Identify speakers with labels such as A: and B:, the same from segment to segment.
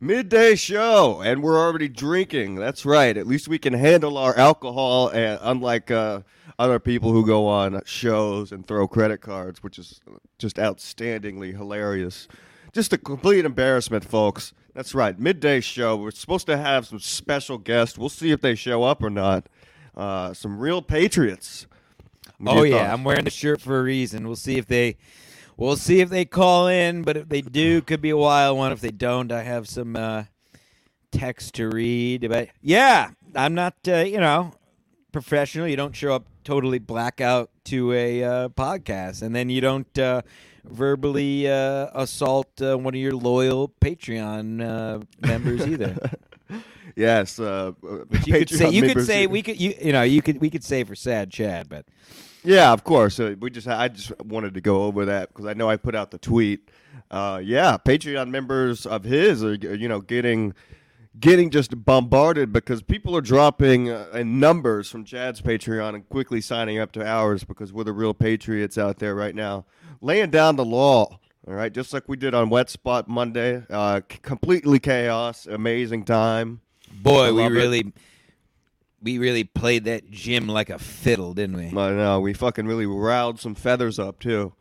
A: midday show, and we're already drinking. That's right. At least we can handle our alcohol, and unlike uh, other people who go on shows and throw credit cards, which is just outstandingly hilarious. Just a complete embarrassment, folks. That's right. Midday show. We're supposed to have some special guests. We'll see if they show up or not. Uh, some real patriots. What are
B: Oh
A: your
B: yeah,
A: thoughts?
B: I'm wearing the shirt for a reason. We'll see if they, we'll see if they call in. But if they do, could be a wild one. If they don't, I have some uh, text to read. But yeah, I'm not, uh, you know, professional. You don't show up totally blackout to a uh, podcast, and then you don't uh, verbally uh, assault uh, one of your loyal Patreon uh, members either.
A: Yes, uh,
B: But you could say you could
A: members-
B: say we could you you know you could we could say for sad Chad, but.
A: Yeah, of course. Uh, we just I just wanted to go over that because I know I put out the tweet. Uh, yeah, Patreon members of his are you know getting getting just bombarded because people are dropping uh, in numbers from Chad's Patreon and quickly signing up to ours because we're the real patriots out there right now, laying down the law. All right, just like we did on Wet Spot Monday. Uh, c- completely chaos, amazing time. I
B: Boy, we
A: love it.
B: really we really played that gym like a fiddle, didn't we?
A: But no, we fucking really riled some feathers up too.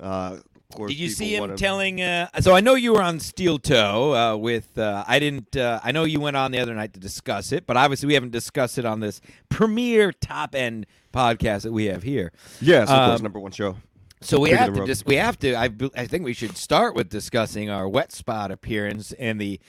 A: Uh, of course,
B: Did you
A: people
B: see him
A: wanna-
B: telling? Uh, so I know you were on Steel Toe uh, with. Uh, I didn't. Uh, I know you went on the other night to discuss it, but obviously we haven't discussed it on this premier top end podcast that we have here.
A: Yes, of course,
B: Um,
A: number one show.
B: So we
A: Bigger
B: have
A: than
B: to
A: Rob.
B: just we have to. I, b- I think we should start with discussing our wet spot appearance and the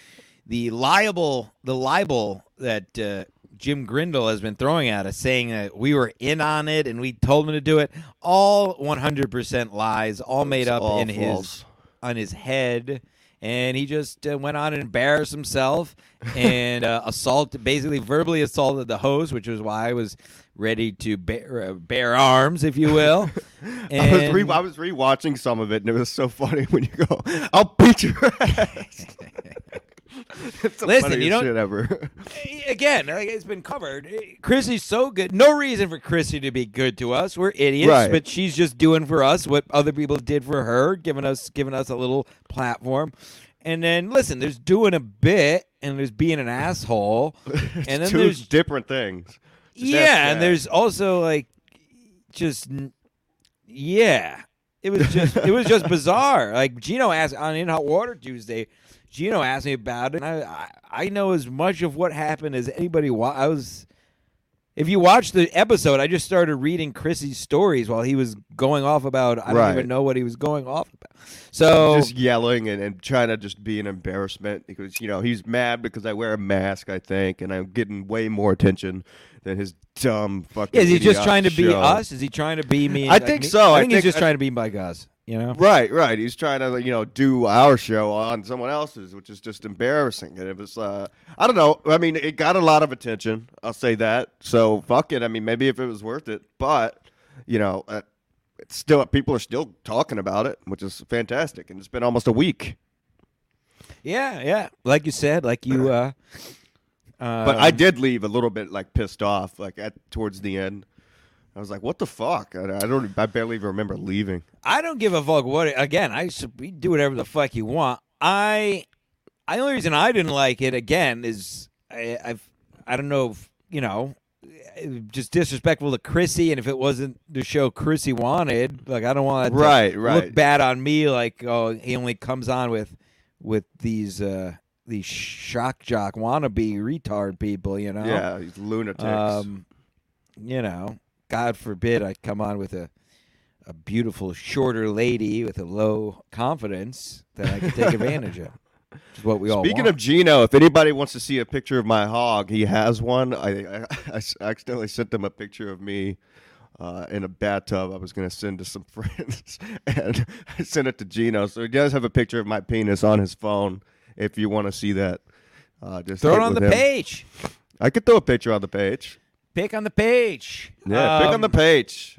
B: the liable the libel that uh, Jim Grindle has been throwing at us, saying that we were in on it and we told him to do it. All 100 percent lies, all made
A: It's
B: up
A: all
B: in his
A: false.
B: on his head. And he just uh, went on and embarrassed himself and uh, assaulted, basically verbally assaulted the host, which was why I was ready to bear, uh, bear arms, if you will.
A: I was, re-
B: And-
A: I was rewatching some of it, and it was so funny when you go, "I'll beat your ass." it's the
B: Listen,
A: funniest
B: you don't-
A: shit ever.
B: again, like it's been covered. Chrissy's so good. No reason for Chrissy to be good to us. We're idiots,
A: Right.
B: but she's just doing for us what other people did for her, giving us giving us a little platform. And then listen, there's doing a bit and there's being an asshole. and then
A: Two
B: there's
A: different things. Just ask
B: yeah,
A: Chad.
B: and there's also like just n- yeah. It was just it was just bizarre. Like Gino asked on In Hot Water Tuesday, Gino asked me about it. And I, I I know as much of what happened as anybody. Wa- I was if you watch the episode, I just started reading Chrissy's stories while he was going off about. I
A: Right.
B: don't even know what he was going off about. So
A: just yelling and, and trying to just be an embarrassment because you know he's mad because I wear a mask, I think, and I'm getting way more attention than his dumb fucking.
B: is he just
A: idiotic
B: trying to be
A: show.
B: us? Is he trying to be me?
A: I
B: like
A: think
B: me?
A: so.
B: I
A: I
B: think, he's
A: think-
B: just
A: I-
B: trying to be my guys. You know.
A: Right, right. He's trying to, you know, do our show on someone else's, which is just embarrassing. And it was, uh, I don't know. I mean, it got a lot of attention. I'll say that. So fuck it. I mean, maybe if it was worth it, but you know, uh, it's still people are still talking about it, which is fantastic. And it's been almost a week.
B: Yeah, yeah. Like you said, like you. Uh, uh,
A: But I did leave a little bit like pissed off, like at towards the end. I was like, what the fuck? I, I don't. I barely even remember leaving.
B: I don't give a fuck what. It, again, I should we do whatever the fuck you want. I, I the only reason I didn't like it again is I, I've I don't know if you know, just disrespectful to Chrissy, and if it wasn't the show Chrissy wanted, like I don't want that to
A: Right, right.
B: look bad on me. Like oh, he only comes on with with these uh these shock jock wannabe retard people, you know.
A: Yeah, these lunatics.
B: Um, you know, God forbid I come on with a a beautiful shorter lady with a low confidence that I can take advantage of. Which is what we all
A: Speaking
B: want.
A: of Gino, if anybody wants to see a picture of my hog, he has one. I, I, I s- accidentally sent them a picture of me uh, in a bathtub. I was going to send to some friends, and I sent it to Gino. So he does have a picture of my penis on his phone. If you want to see that, uh, just
B: throw it
A: hit
B: on
A: with
B: the
A: him.
B: page.
A: I could throw a picture on the page.
B: Pick on the page.
A: Yeah, pick on the
B: Um,
A: page.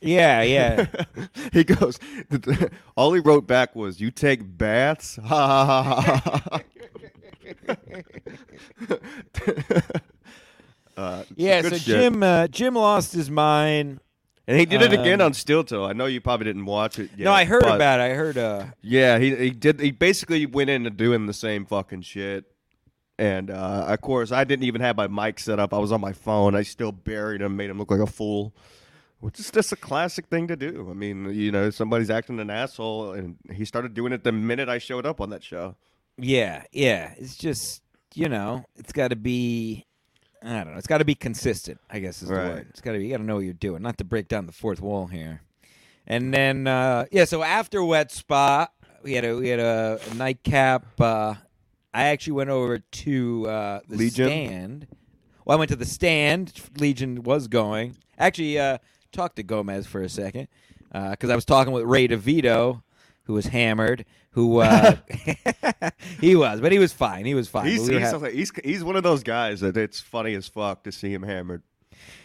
B: Yeah, yeah.
A: he goes. All he wrote back was, "You take baths." Ha ha ha ha, ha. ha." Uh, it's a
B: Yeah, so
A: good shit.
B: Jim uh, Jim lost his mind,
A: And he did it again
B: Um,
A: on Steel Toe. I know you probably didn't watch it. Yet,
B: no, I heard
A: but-
B: about it. I heard. Uh,
A: Yeah, he he did. He basically went into doing the same fucking shit. And uh, of course, I didn't even have my mic set up. I was on my phone. I still buried him, made him look like a fool, which is just a classic thing to do. I mean, you know, somebody's acting an asshole, and he started doing it the minute I showed up on that show.
B: yeah, yeah. It's just you know, it's got to be. I don't know. It's got to be consistent. I guess is the
A: Right.
B: word. It's got to be. You got to know what you're doing. Not to break down the fourth wall here. And then uh, yeah, so after Wet Spa, we had a we had a, a nightcap. Uh, I actually went over to uh, the
A: Legion?
B: stand. Well, I went to the stand. Legion was going. Actually, uh, talked to Gomez for a second because I was talking with Ray DeVito, who was hammered. Who uh, he was, but he was fine. He was fine.
A: He's
B: But we were
A: he's,
B: ha-
A: something- he's he's one of those guys that it's funny as fuck to see him hammered.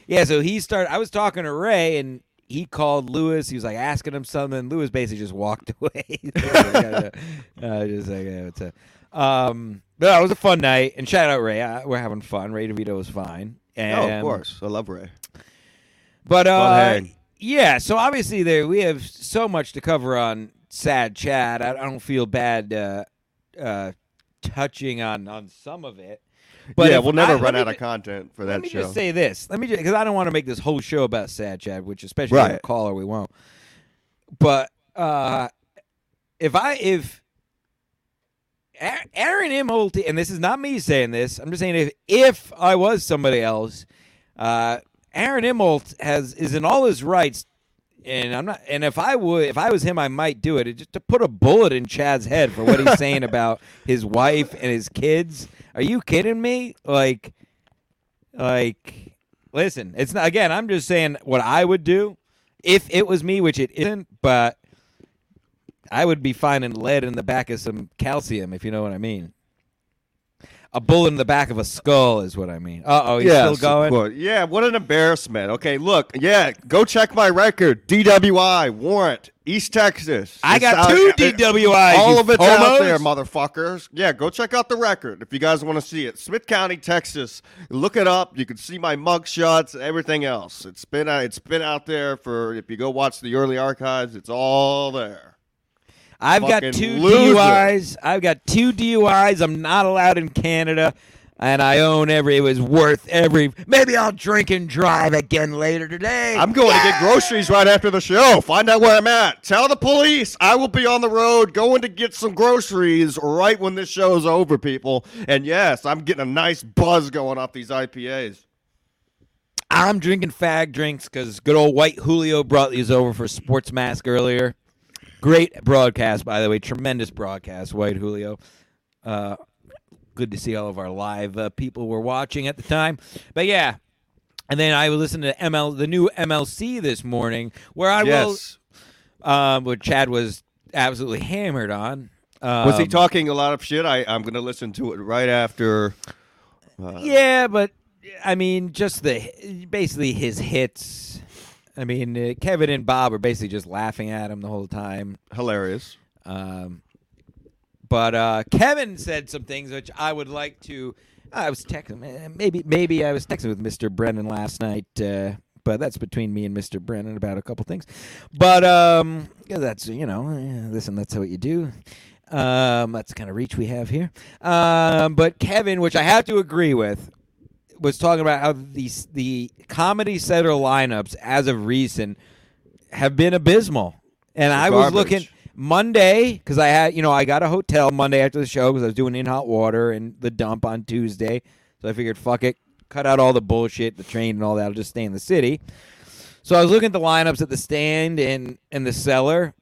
B: Yeah, so he started. I was talking to Ray, and he called Lewis. He was like asking him something. Lewis basically just walked away. He was like, uh, just like yeah, what's up? Um, but no, it was a fun night. And shout out Ray. I, we're having fun. Ray DeVito was fine. And,
A: oh, of course, I love Ray.
B: But uh,
A: hang.
B: yeah. So obviously, there we have so much to cover on sad chat. I, I don't feel bad uh, uh, touching on on some of it. But
A: yeah,
B: if
A: we'll never
B: I- let
A: run
B: me
A: out
B: ju-
A: of content for
B: let
A: that
B: me
A: show.
B: just say this. Let me just because I don't want to make this whole show about Sad Chad, which especially on a
A: Right.
B: caller we won't. But uh if I if A- Aaron M. Holty, and this is not me saying this, I'm just saying if if I was somebody else, uh Aaron Imholt has is in all his rights, and I'm not. And if I would, if I was him, I might do it. It- Just to put a bullet in Chad's head for what he's saying about his wife and his kids. Are you kidding me? Like, like, listen. It's not. Again, I'm just saying what I would do if it was me, which it isn't. But I would be finding lead in the back of some calcium, if you know what I mean. A bullet in the back of a skull is what I mean. Uh oh, he's still
A: Yes,
B: going.
A: of course. Yeah, what an embarrassment. Okay, look, yeah, go check my record. DWI, warrant, East Texas.
B: I
A: It's
B: got
A: out-
B: two
A: it- it-
B: DWIs.
A: All
B: you
A: of it's out
B: homos.
A: there, motherfuckers. Yeah, go check out the record if you guys want to see it. Smith County, Texas. Look it up. You can see my mug shots, everything else. It's been uh, it's been out there for if you go watch the early archives, it's all there.
B: I've got
A: Fucking
B: two
A: loser.
B: DUIs. I've got two DUIs. I'm not allowed in Canada, and I own every. It was worth every. Maybe I'll drink and drive again later today.
A: I'm going to get groceries right after the show. Find out where I'm at. Tell the police I will be on the road going to get some groceries right when this show's over, people. And yes, I'm getting a nice buzz going off these IPAs.
B: I'm drinking fag drinks because good old white Julio brought these over for Sports Mask earlier. Great broadcast, by the way. Tremendous broadcast, white Julio. Uh, good to see all of our live uh, people were watching at the time. But yeah, and then I listened to ML the new MLC this morning, where I
A: yes.
B: will, um, what Chad was absolutely hammered on. Um,
A: Was he talking a lot of shit? I, I'm going to listen to it right after.
B: Yeah, but I mean, just the basically his hits. I mean, uh, Kevin and Bob are basically just laughing at him the whole time.
A: Hilarious.
B: Um, but uh, Kevin said some things which I would like to. I was texting. eh, Maybe maybe I was texting with Mr. Brennan last night. Uh, but that's between me and Mr. Brennan about a couple things. But um, yeah, that's you know, eh, listen, that's what you do. Um, that's the kind of reach we have here. Um, but Kevin, which I have to agree with, was talking about how the the comedy center lineups as of recent have been abysmal, and I was
A: Garbage.
B: looking. Monday because I had you know I got a hotel Monday after the show because I was doing in hot water and the dump on Tuesday, so I figured fuck it, cut out all the bullshit, the train and all that. I'll just stay in the city. So I was looking at the lineups at the stand and and the cellar,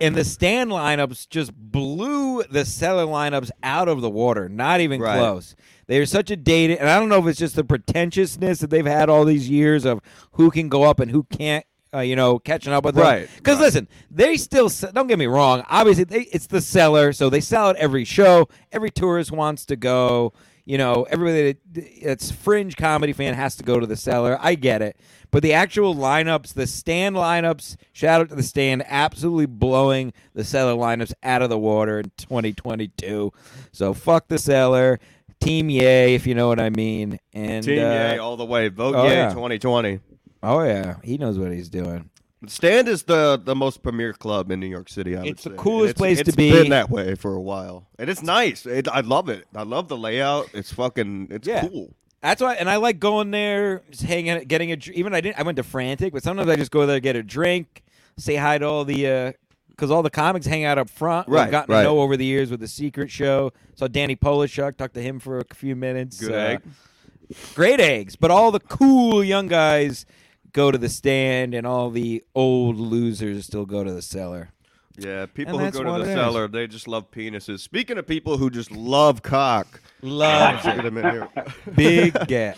B: and the stand lineups just blew the cellar lineups out of the water. Not even
A: Right.
B: close. They are such a dated, and I don't know if it's just the pretentiousness that they've had all these years of who can go up and who can't. Uh, you know, catching up with them.
A: Right,
B: Because listen, they still s- don't get me wrong. Obviously, they, it's the seller, so they sell out every show. Every tourist wants to go. You know, everybody that, that's fringe comedy fan has to go to the seller. I get it, but the actual lineups, the stand lineups, shout out to the stand, absolutely blowing the seller lineups out of the water in 2022. So fuck the seller, team yay, if you know what I mean. And
A: Team
B: uh,
A: Yay all the way. Vote
B: oh,
A: Yay
B: yeah.
A: 2020.
B: Oh yeah, he knows what he's doing.
A: Stand is the the most premier club in New York City. I
B: It's
A: would
B: the
A: say.
B: coolest
A: It's-
B: place to
A: It's
B: be.
A: been that way for a while, and it's nice. It, I love it. I love the layout. It's fucking. It's
B: Yeah.
A: cool.
B: That's why, and I like going there, just hanging, getting a. dr- Even I didn't. I went to Frantic, but sometimes I just go there, get a drink, say hi to all the, because all the comics hang out up front. We've
A: Right,
B: gotten to
A: right.
B: know over the years with the Secret Show. Saw Danny Polishuk, talked to him for a few minutes. uh,
A: Good egg.
B: Great eggs, but all the cool young guys go to the stand, and all the old losers still go to the cellar.
A: Yeah, people who
B: that's
A: go to
B: what
A: the
B: it is.
A: cellar, they just love penises. Speaking of people who just love cock,
B: Love
A: Get him in here.
B: big get.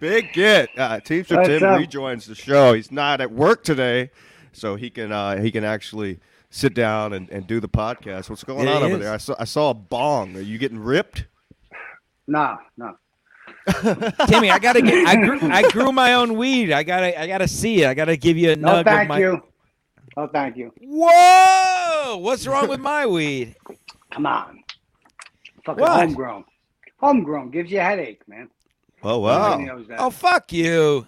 A: Big get. Uh, Teamster
C: That's
A: Tim
C: up.
A: rejoins the show. He's not at work today, so he can uh, he can actually sit down and, and do the podcast. What's going
B: There
A: on
B: he
A: over
B: is.
A: there? I saw I saw a bong. Are you getting ripped?
C: Nah, nah.
B: Timmy, I gotta get. I grew, I grew my own weed. I gotta. I gotta see it. I gotta give you a
C: No,
B: nug. of
C: thank
B: my-
C: you. No, thank you.
B: Whoa! What's wrong with my weed?
C: Come on. Fucking
B: What?
C: homegrown. Homegrown gives you a headache, man.
A: Oh
C: Nobody
A: wow!
C: knows that.
B: Oh fuck you!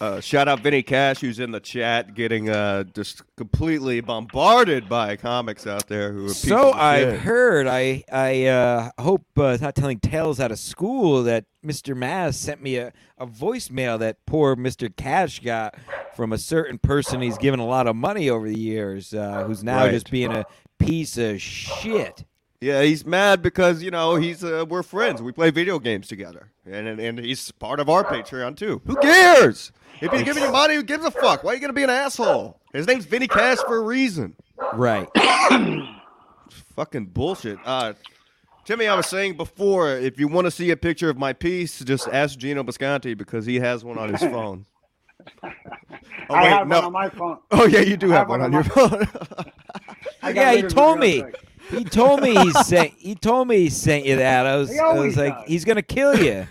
A: Uh, shout out Vinny Cash, who's in the chat, getting uh, just completely bombarded by comics out there who are pieces
B: So
A: of
B: I've
A: shit.
B: heard. I I uh, hope uh, it's not telling tales out of school that Mr. Mass sent me a, a voicemail that poor Mr. Cash got from a certain person he's given a lot of money over the years, uh, who's now
A: Right.
B: just being a piece of shit.
A: Yeah, he's mad because you know he's uh, we're friends. We play video games together, and, and and he's part of our Patreon too. Who cares? If he's giving you money, who gives a fuck? Why are you gonna be an asshole? His name's Vinny Cash for a reason.
B: Right.
A: It's fucking bullshit. Uh, Timmy, I was saying before, if you want to see a picture of my piece, just ask Gino Bisconti because he has one on his phone. Oh
C: I
A: wait,
C: have
A: no.
C: one on my phone.
A: oh yeah, you do have
C: I have
A: one on your
C: one
A: phone.
C: I got
B: Yeah,
C: rid
B: he
C: of it
B: told
C: real
B: me.
C: quick.
B: He told me he sent. He told me he sent you that. I was.
C: He
B: I was
C: always
B: like,
C: does.
B: he's gonna kill you.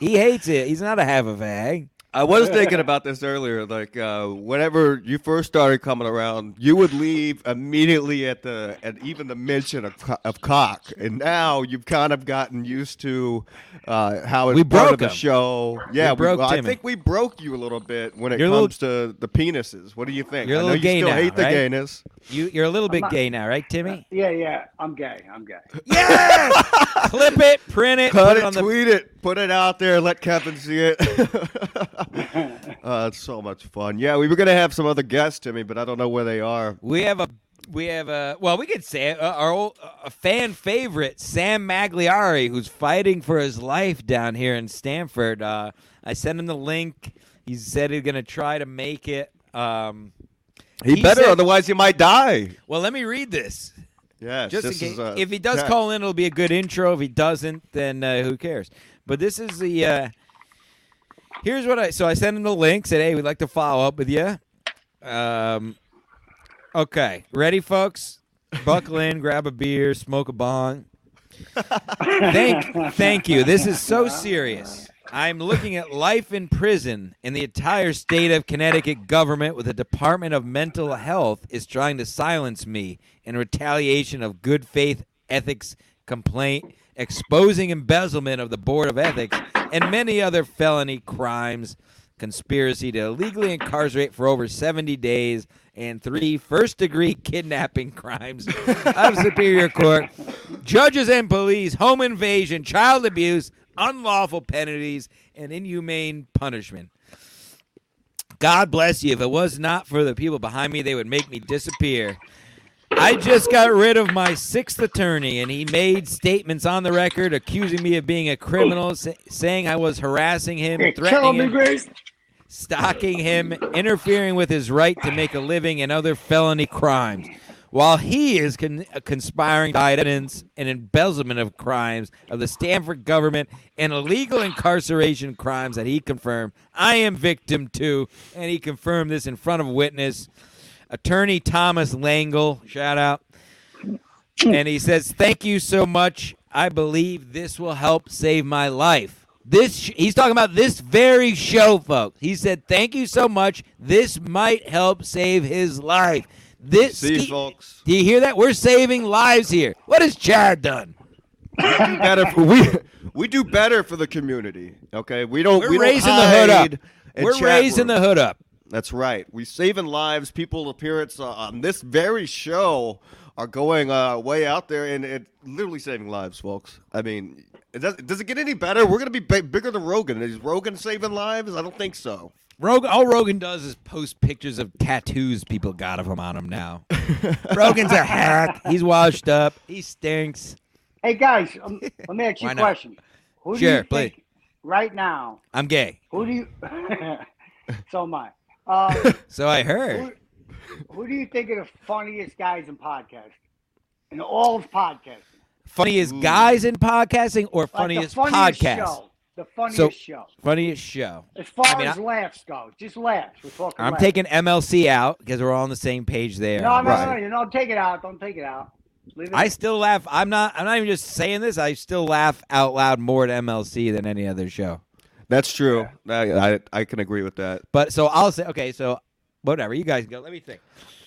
B: he hates it. He's not a half a bag.
A: I was thinking about this earlier. Like, uh, whenever you first started coming around, you would leave immediately at the at even the mention of, co- of cock, and now you've kind of gotten used to uh, how it's
B: We
A: part
B: broke
A: of the
B: him.
A: show. Yeah,
B: broke
A: well, I
B: Timmy.
A: think we broke you a little bit when it
B: You're a little-
A: comes to the penises. What do you think?
B: You're a
A: I know
B: little
A: you
B: gay
A: still
B: now,
A: hate the
B: right?
A: gayness.
B: You, you're a little bit
C: not- Uh,
B: gay now, right, Timmy?
C: Yeah, yeah. I'm gay. I'm gay.
B: Yes. Clip it, print it,
A: Cut
B: put it, on
A: it,
B: the.
A: tweet it, put it out there, let Kevin see it. uh, it's so much fun. Yeah, we were gonna have some other guests, Timmy, but I don't know where they are.
B: We have a. We have a. Well, we could say it, uh, our old, a fan favorite, Sam Magliari, who's fighting for his life down here in Stanford. Uh, I sent him the link. He said he's gonna try to make it. Um,
A: He,
B: He
A: better,
B: said-
A: otherwise he might die.
B: well, let me read this.
A: Yes,
B: just in
A: this
B: case.
A: is, uh,
B: if he does
A: yeah.
B: call in, it'll be a good intro. If he doesn't, then uh, who cares? But this is the. Uh, here's what I. So I sent him the link. Said, "Hey, we'd like to follow up with you." Um, okay, ready, folks? Buckle in, grab a beer, smoke a bong. thank, thank you. This is so serious. I'm looking at life in prison, and the entire state of Connecticut government with the Department of Mental Health is trying to silence me in retaliation of good faith ethics complaint, exposing embezzlement of the Board of Ethics, and many other felony crimes, conspiracy to illegally incarcerate for over 70 days, and three first degree kidnapping crimes of Superior Court judges and police, home invasion, child abuse, unlawful penalties, and inhumane punishment. God bless you. If it was not for the people behind me, they would make me disappear. I just got rid of my sixth attorney, and he made statements on the record accusing me of being a criminal, sa- saying I was harassing him,
C: You're
B: threatening
C: killing me,
B: him
C: Grace.
B: stalking him, interfering with his right to make a living, and other felony crimes, while he is con- uh, conspiring by evidence and embezzlement of crimes of the Stanford government and illegal incarceration crimes that he confirmed. I am victim too, and he confirmed this in front of witness, attorney Thomas Langle. Shout out and he says, "Thank you so much. I believe this will help save my life." This sh- he's talking about this very show, folks. He said, "Thank you so much. This might help save his life." This
A: See,
B: ski-
A: folks.
B: Do you hear that? We're saving lives here. What has Chad done?
A: better for, we we do better for the community. Okay, we don't.
B: We're
A: we don't
B: raising the hood up.
A: hide in
B: We're
A: chat
B: raising
A: rooms.
B: the hood up.
A: That's right. We saving lives. People appearance uh, on this very show are going uh, way out there and it literally saving lives, folks. I mean, it does, does it get any better? We're gonna be b- bigger than Rogan. Is Rogan saving lives? I don't think so.
B: Rogan, all Rogan does is post pictures of tattoos people got of him on him now. Rogan's a hack. He's washed up. He stinks.
C: Hey guys, um, let me ask you
B: Why
C: a
B: not?
C: question. Who do
B: Sure,
C: you
B: please.
C: think right now?
B: I'm gay.
C: Who do you? so am I. Uh,
B: So I
C: who,
B: heard.
C: who do you think are the funniest guys in podcasting? In all of podcasting,
B: Funniest
A: Ooh.
B: guys in podcasting or
C: like the
B: funniest,
C: funniest
B: podcast?
C: show, the funniest
B: So-
C: show.
B: Funniest show.
C: As far
B: I mean,
C: as
B: I-
C: laughs go, just laughs. We're talking.
B: I'm
C: laughs.
B: taking MLC out because we're all on the same page there.
C: No, no,
A: Right.
C: no, no! Don't take it out. Don't take it out. Leave it.
B: I still laugh. I'm not. I'm not even just saying this. I still laugh out loud more at MLC than any other show.
A: That's true. I, I I can agree with that.
B: But so I'll say. Okay, so whatever. You guys go. Let me think.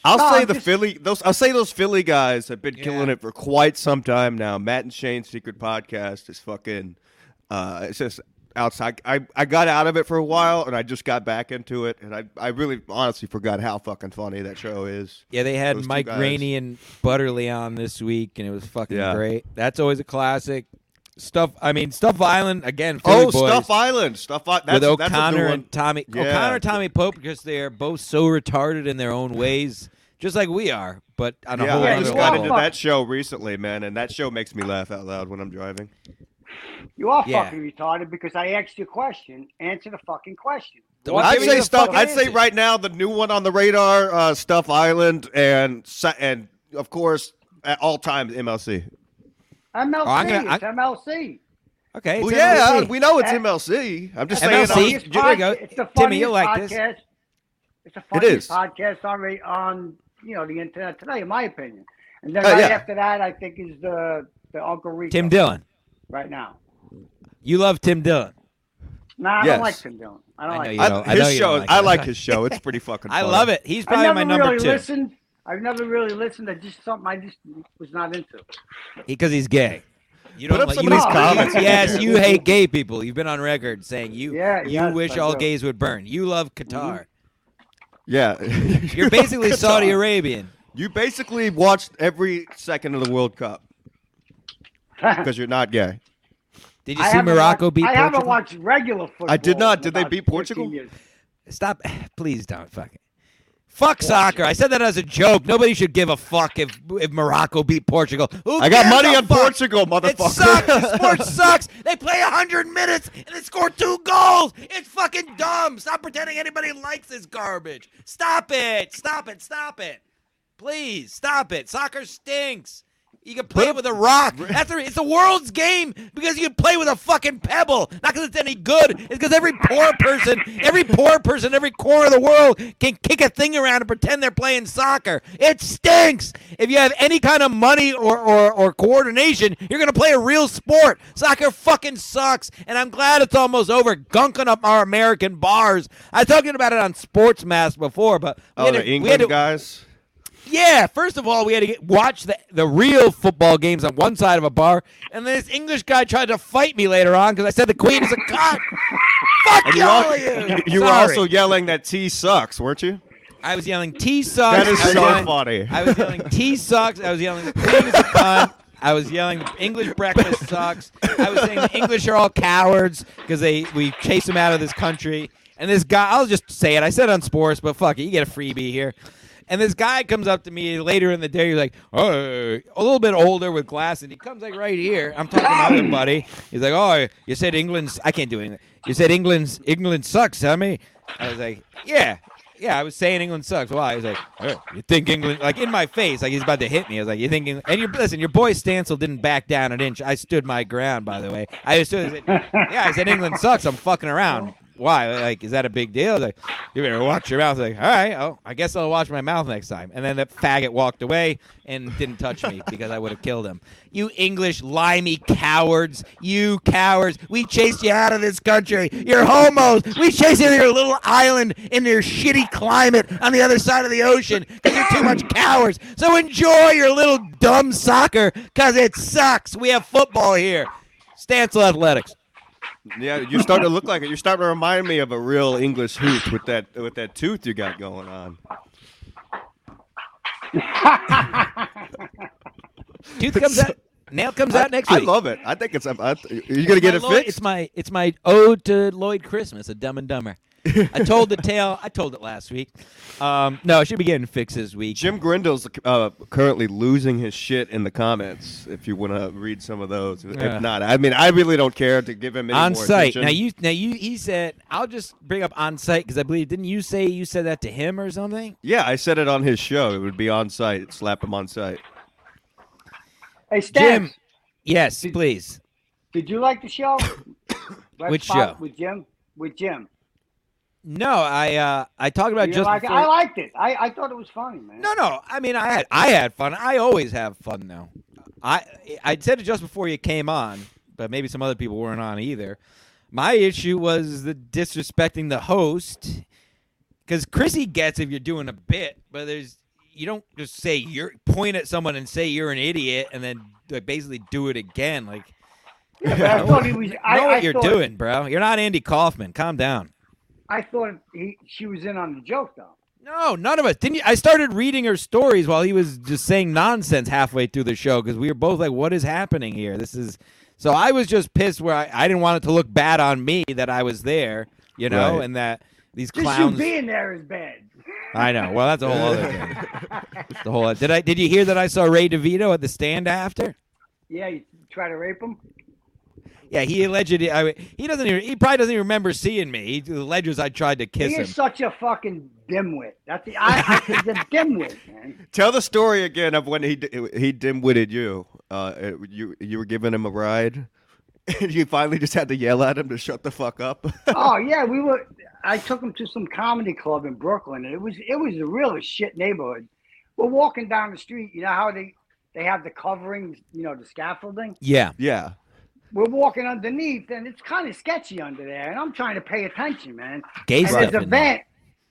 A: I'll
C: No,
A: say
C: I'm
A: the
C: just-
A: Philly those I'll say those Philly guys have been
B: Yeah.
A: killing it for quite some time now. Matt and Shane's secret podcast is fucking uh it's just outside I, I got out of it for a while and I just got back into it and I, I really honestly forgot how fucking funny that show is.
B: Yeah, they had
A: Those two
B: Mike
A: guys.
B: Rainey and Butterly on this week, and it was fucking
A: Yeah.
B: great. That's always a classic. Stuff. I mean, Stuff Island again. Philly
A: Oh,
B: boys
A: Stuff Island. Stuff Island. That's,
B: with
A: that's a new
B: O'Connor
A: one.
B: and Tommy.
A: Yeah.
B: O'Connor, and Tommy Pope, because they are both so retarded in their own ways, just like we are, but on a
A: yeah,
B: whole
A: I
B: other
A: just
C: other
A: got
C: level.
A: into that show recently, man, and that show makes me laugh out loud when I'm driving.
C: you are
B: Yeah.
C: fucking retarded because I asked you a question. Answer the fucking question.
B: The
C: What
B: one-
A: I'd
B: give me
A: say
B: the
A: stuff.
B: fucking
A: I'd say
B: answer.
A: right now the new one on the radar, uh, Stuff Island, and sa- and of course at all times MLC.
C: MLC.
B: Oh, I'm gonna-
C: it's MLC.
B: Okay.
A: well,
B: it's
A: yeah,
B: MLC.
A: we know it's
C: Eh?
A: MLC. I'm just saying.
C: It's the
A: uh,
B: MLC?
A: I'm-
C: funniest
B: There you go.
C: podca- It's the
B: Timmy, you'll
C: funniest
B: like this.
C: podcast. It's the funniest
A: is.
C: podcast on ra- on you know the internet today, in my opinion. And then
A: Oh,
C: right
A: yeah.
C: after that, I think is the the Uncle Rico.
B: Tim Dillon.
C: Right now.
B: You love Tim Dillon.
C: Nah, I
A: Yes.
C: don't like Tim Dillon. I don't
B: I know
C: like.
B: you
C: him.
A: I-
B: know, I know
A: his
B: you
A: show.
B: don't like
A: I
B: it.
A: like his show. It's pretty fucking.
B: I
A: funny.
B: love it. He's
C: I
B: probably
C: never
B: my number
C: really
B: two
C: listened. I've never really listened to just something I just was not into.
B: because he's gay. You
A: Put
B: don't
A: up
B: like
A: some
B: you
C: of these
B: hate-
C: comments.
B: Yes, you hate gay people. You've been on record saying you
C: Yeah,
B: you
C: yes,
B: wish
C: I
B: all
C: do.
B: gays would burn. You love Qatar.
A: Yeah,
B: You're basically
A: Good
B: Saudi
A: time.
B: Arabian.
A: You basically watched every second of the World Cup because you're not gay.
B: Did you
C: I
B: see
C: haven't
B: Morocco
C: watched-
B: beat
C: I
B: Portugal?
C: haven't watched regular football.
A: I did not.
C: in
A: Did they
C: about
A: beat
C: 15
A: Portugal?
C: years.
B: Stop. Please don't fuck it. Fuck soccer. I said that as a joke. Nobody should give a fuck if if Morocco beat Portugal. Who
A: I got
B: gives
A: money
B: a
A: on
B: fuck?
A: Portugal,
B: It
A: motherfucker.
B: sucks. Sports sucks. They play 100 minutes and they score two goals. It's fucking dumb. Stop pretending anybody likes this garbage. Stop it. Stop it. Stop it. Please stop it. Soccer stinks. You can play it with a rock. That's the, it's the world's game because you can play with a fucking pebble. Not because it's any good. It's because every poor person, every poor person, in every corner of the world can kick a thing around and pretend they're playing soccer. It stinks. If you have any kind of money or, or, or coordination, you're gonna play a real sport. Soccer fucking sucks, and I'm glad it's almost over. Gunking up our American bars. I was talking about it on Sports Mass before, but we
A: Oh,
B: had
A: the
B: to- we had
A: England
B: to-
A: guys.
B: yeah, first of all, we had to get, watch the, the real football games on one side of a bar, and then this English guy tried to fight me later on because I said the queen is a cunt. Fuck
A: You,
B: you, all
A: al-
B: of you!
A: you were
B: Sorry.
A: also yelling that T sucks, weren't you?
B: I was yelling T sucks.
A: That is
B: I was
A: so
B: yelling-
A: funny.
B: I was yelling T sucks. I was yelling the queen is a cunt. I was yelling English breakfast sucks. I was saying the English are all cowards because they we chase them out of this country. And this guy, I'll just say it. I said it on sports, but fuck it, you get a freebie here. And this guy comes up to me later in the day. He's like, "Oh, a little bit older with glasses." And he comes like right here. I'm talking to my other buddy. He's like, "Oh, you said England's. I can't do anything. You said England's. England sucks, huh, me?" I was like, "Yeah, yeah, I was saying England sucks. Why? He's like, "Oh, you think England like in my face, like he's about to hit me. I was like, you think England, and you listen, your boy Stancil didn't back down an inch. I stood my ground, by the way. I just stood, I said, yeah, I said England sucks. I'm fucking around. why? Like, is that a big deal? Like, you better watch your mouth. Like, all right, oh, I guess I'll watch my mouth next time. And then that faggot walked away and didn't touch me because I would have killed him. You English limey cowards! You cowards! We chased you out of this country. You're homos. We chased you to your little island in your shitty climate on the other side of the ocean because you're too much cowards. So enjoy your little dumb soccer because it sucks. We have football here. Stancil Athletics.
A: Yeah, you're starting to look like it. You're starting to remind me of a real English hoot with that with that tooth you got going on.
B: Tooth comes out. Nail comes out next
A: I,
B: week.
A: I love it. I think it's. I, I, you're gonna get
B: My
A: it
B: Lloyd-
A: fixed.
B: It's my it's my ode to Lloyd Christmas, a Dumb and Dumber. I told the tale. I told it last week. Um, no, it should be getting fixed this week.
A: Jim Grindel's uh, currently losing his shit in the comments. If you want to read some of those,
B: Yeah.
A: if not, I mean, I really don't care to give him any
B: on
A: more
B: site.
A: attention.
B: Now you now you he said I'll just bring up on site because I believe didn't you say you said that to him or something?
A: yeah, I said it on his show. It would be on site. Slap him on site.
C: Hey, Stan,
B: Jim. Yes, please.
C: did you like the show? Red
B: Which
C: Fox
B: show?
C: With Jim. With Jim.
B: No, I uh, I talked about
C: You
B: just
C: like it?
B: before-
C: I liked it. I, I thought it was funny, man.
B: No, no. I mean, I had I had fun. I always have fun though. I I said it just before you came on, but maybe some other people weren't on either. My issue was the disrespecting the host because Chrissy gets if you're doing a bit, but there's you don't just say you're point at someone and say you're an idiot and then like basically do it again. Like
C: Yeah, but I thought he was. I,
B: know what
C: I
B: you're
C: thought,
B: doing, bro. You're not Andy Kaufman. Calm down.
C: I thought he, she was in on the joke, though.
B: No, none of us. Didn't you? I started reading her stories while he was just saying nonsense halfway through the show because we were both like, "What is happening here? This is." So I was just pissed where I, I didn't want it to look bad on me that I was there, you know,
A: Right.
B: and that these
C: Just
B: clowns.
C: you being there is bad.
B: I know. Well, that's a whole other thing. It's the whole. Did I? Did you hear that I saw Ray DeVito at the stand after?
C: Yeah, you try to rape him.
B: Yeah, he allegedly. I, he doesn't. Even, he probably doesn't even remember seeing me. He alleges I tried to kiss
C: he
B: him.
C: is such a fucking dimwit. That's the I, I he's a dimwit, man.
A: Tell the story again of when he d- he dim-witted you. Uh, it- you you were giving him a ride. and you finally just had to yell at him to shut the fuck up.
C: Oh yeah, we were. I took him to some comedy club in Brooklyn, and it was it was the realest shit neighborhood. We're walking down the street. You know how they they have the coverings, you know, the scaffolding.
B: yeah.
A: yeah.
C: We're walking underneath, and it's kind of sketchy under there. And I'm trying to pay attention, man.
B: Gay
C: and
B: stuff.
C: there's a
B: in there.
C: van,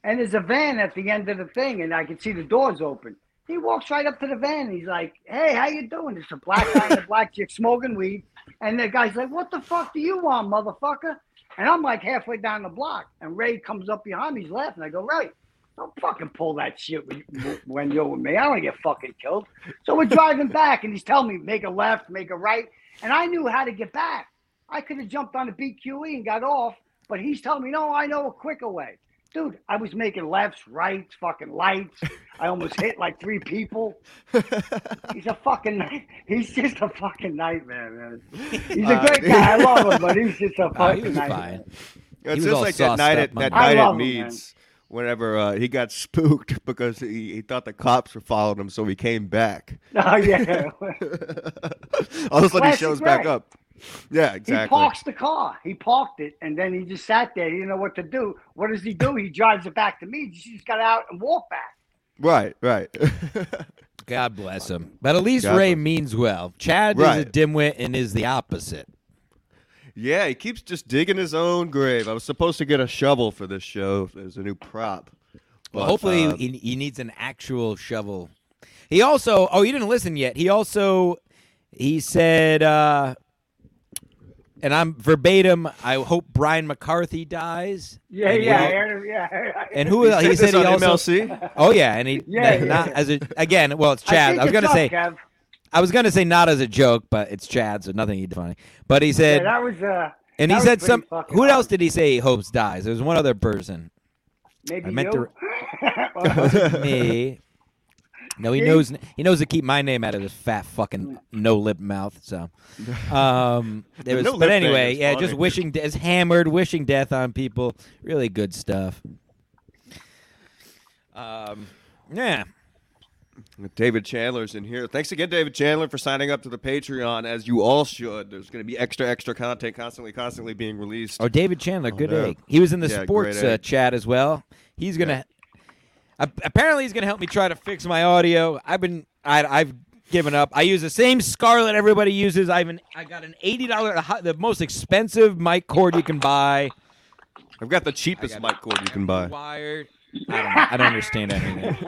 C: and there's a van at the end of the thing, and I can see the doors open. He walks right up to the van. And he's like, "Hey, how you doing?" It's a black guy and a black chick smoking weed, and the guy's like, "What the fuck do you want, motherfucker?" And I'm like halfway down the block, and Ray comes up behind me. He's laughing. I go, "Ray, don't fucking pull that shit when, when you're with me. I don't get fucking killed." So we're driving back, and he's telling me make a left, make a right, and I knew how to get back. I could have jumped on a BQE E and got off, but he's telling me, no, I know a quicker way. Dude, I was making lefts, rights, fucking lights. I almost hit like three people. He's a fucking, night- he's just a fucking nightmare, man. He's a
A: Uh,
C: great guy. I love him, but he's just a
B: Oh,
C: fucking
B: he was
C: nightmare.
B: fine.
A: It's
B: was
A: just
B: all
A: like
B: sauced
A: that night
B: up
A: at that
B: Monday.
C: I
A: night at
C: love him, man.
A: Meads, whenever uh, he got spooked because he, he thought the cops were following him, so he came back.
C: Oh, yeah.
A: All of a sudden, he
C: Classic
A: shows back
C: Ray.
A: up. Yeah,
C: He
A: exactly.
C: parks the car. He parked it, and then he just sat there. He didn't know what to do. What does he do? He drives it back to me. He just got out and walked back.
A: Right, right.
B: God bless him. But at least
A: God
B: Ray
A: bless
B: means well. Chad is a
A: Right.
B: dimwit and is the opposite.
A: yeah, he keeps just digging his own grave. I was supposed to get a shovel for this show as a new prop.
B: Well,
A: But,
B: hopefully
A: uh,
B: he, he needs an actual shovel. He also oh you didn't listen yet. He also he said uh and I'm verbatim. I hope Brian McCarthy dies.
C: Yeah,
B: And
C: yeah,
B: he-
C: yeah, yeah.
B: and who he,
A: said this
B: said he
A: on
B: also.
A: MLC.
B: Oh yeah, and he
C: Yeah, yeah.
B: not as a again. Well, it's
C: I
B: Chad.
C: think
B: I, was
C: it's
B: gonna
C: up,
B: say
C: Kev.
B: I was gonna say not as a joke, but it's Chad, so nothing he defining. But he
C: Yeah,
B: said
C: that was uh.
B: And
C: that
B: he
C: was
B: said
C: pretty
B: some.
C: fucking
B: Who else
C: hard.
B: did he say he hopes dies? There was one other person.
C: Maybe
B: I meant
C: you.
B: to- Me. No, he knows. He knows to keep my name out of his fat fucking no lip mouth. So, um, there was.
A: no lip
B: but
A: thing
B: anyway,
A: is
B: yeah, just
A: funny.
B: wishing. de- It's hammered, wishing death on people. Really good stuff. Um, yeah.
A: David Chandler's in here. Thanks again, David Chandler, for signing up to the Patreon, as you all should. There's going to be extra, extra content constantly, constantly being released.
B: Oh, David Chandler, good
A: yeah.
B: egg. He was in the
A: Yeah,
B: sports
A: great egg.
B: uh, chat as well. He's gonna. Ap- apparently, he's gonna help me try to fix my audio. I've been. I, I've given up. I use the same Scarlett everybody uses. I've an. I got an eighty dollar, the most expensive mic cord you can buy.
A: I've got the cheapest mic cord you can buy.
B: Wired. I don't, know. I don't understand anything.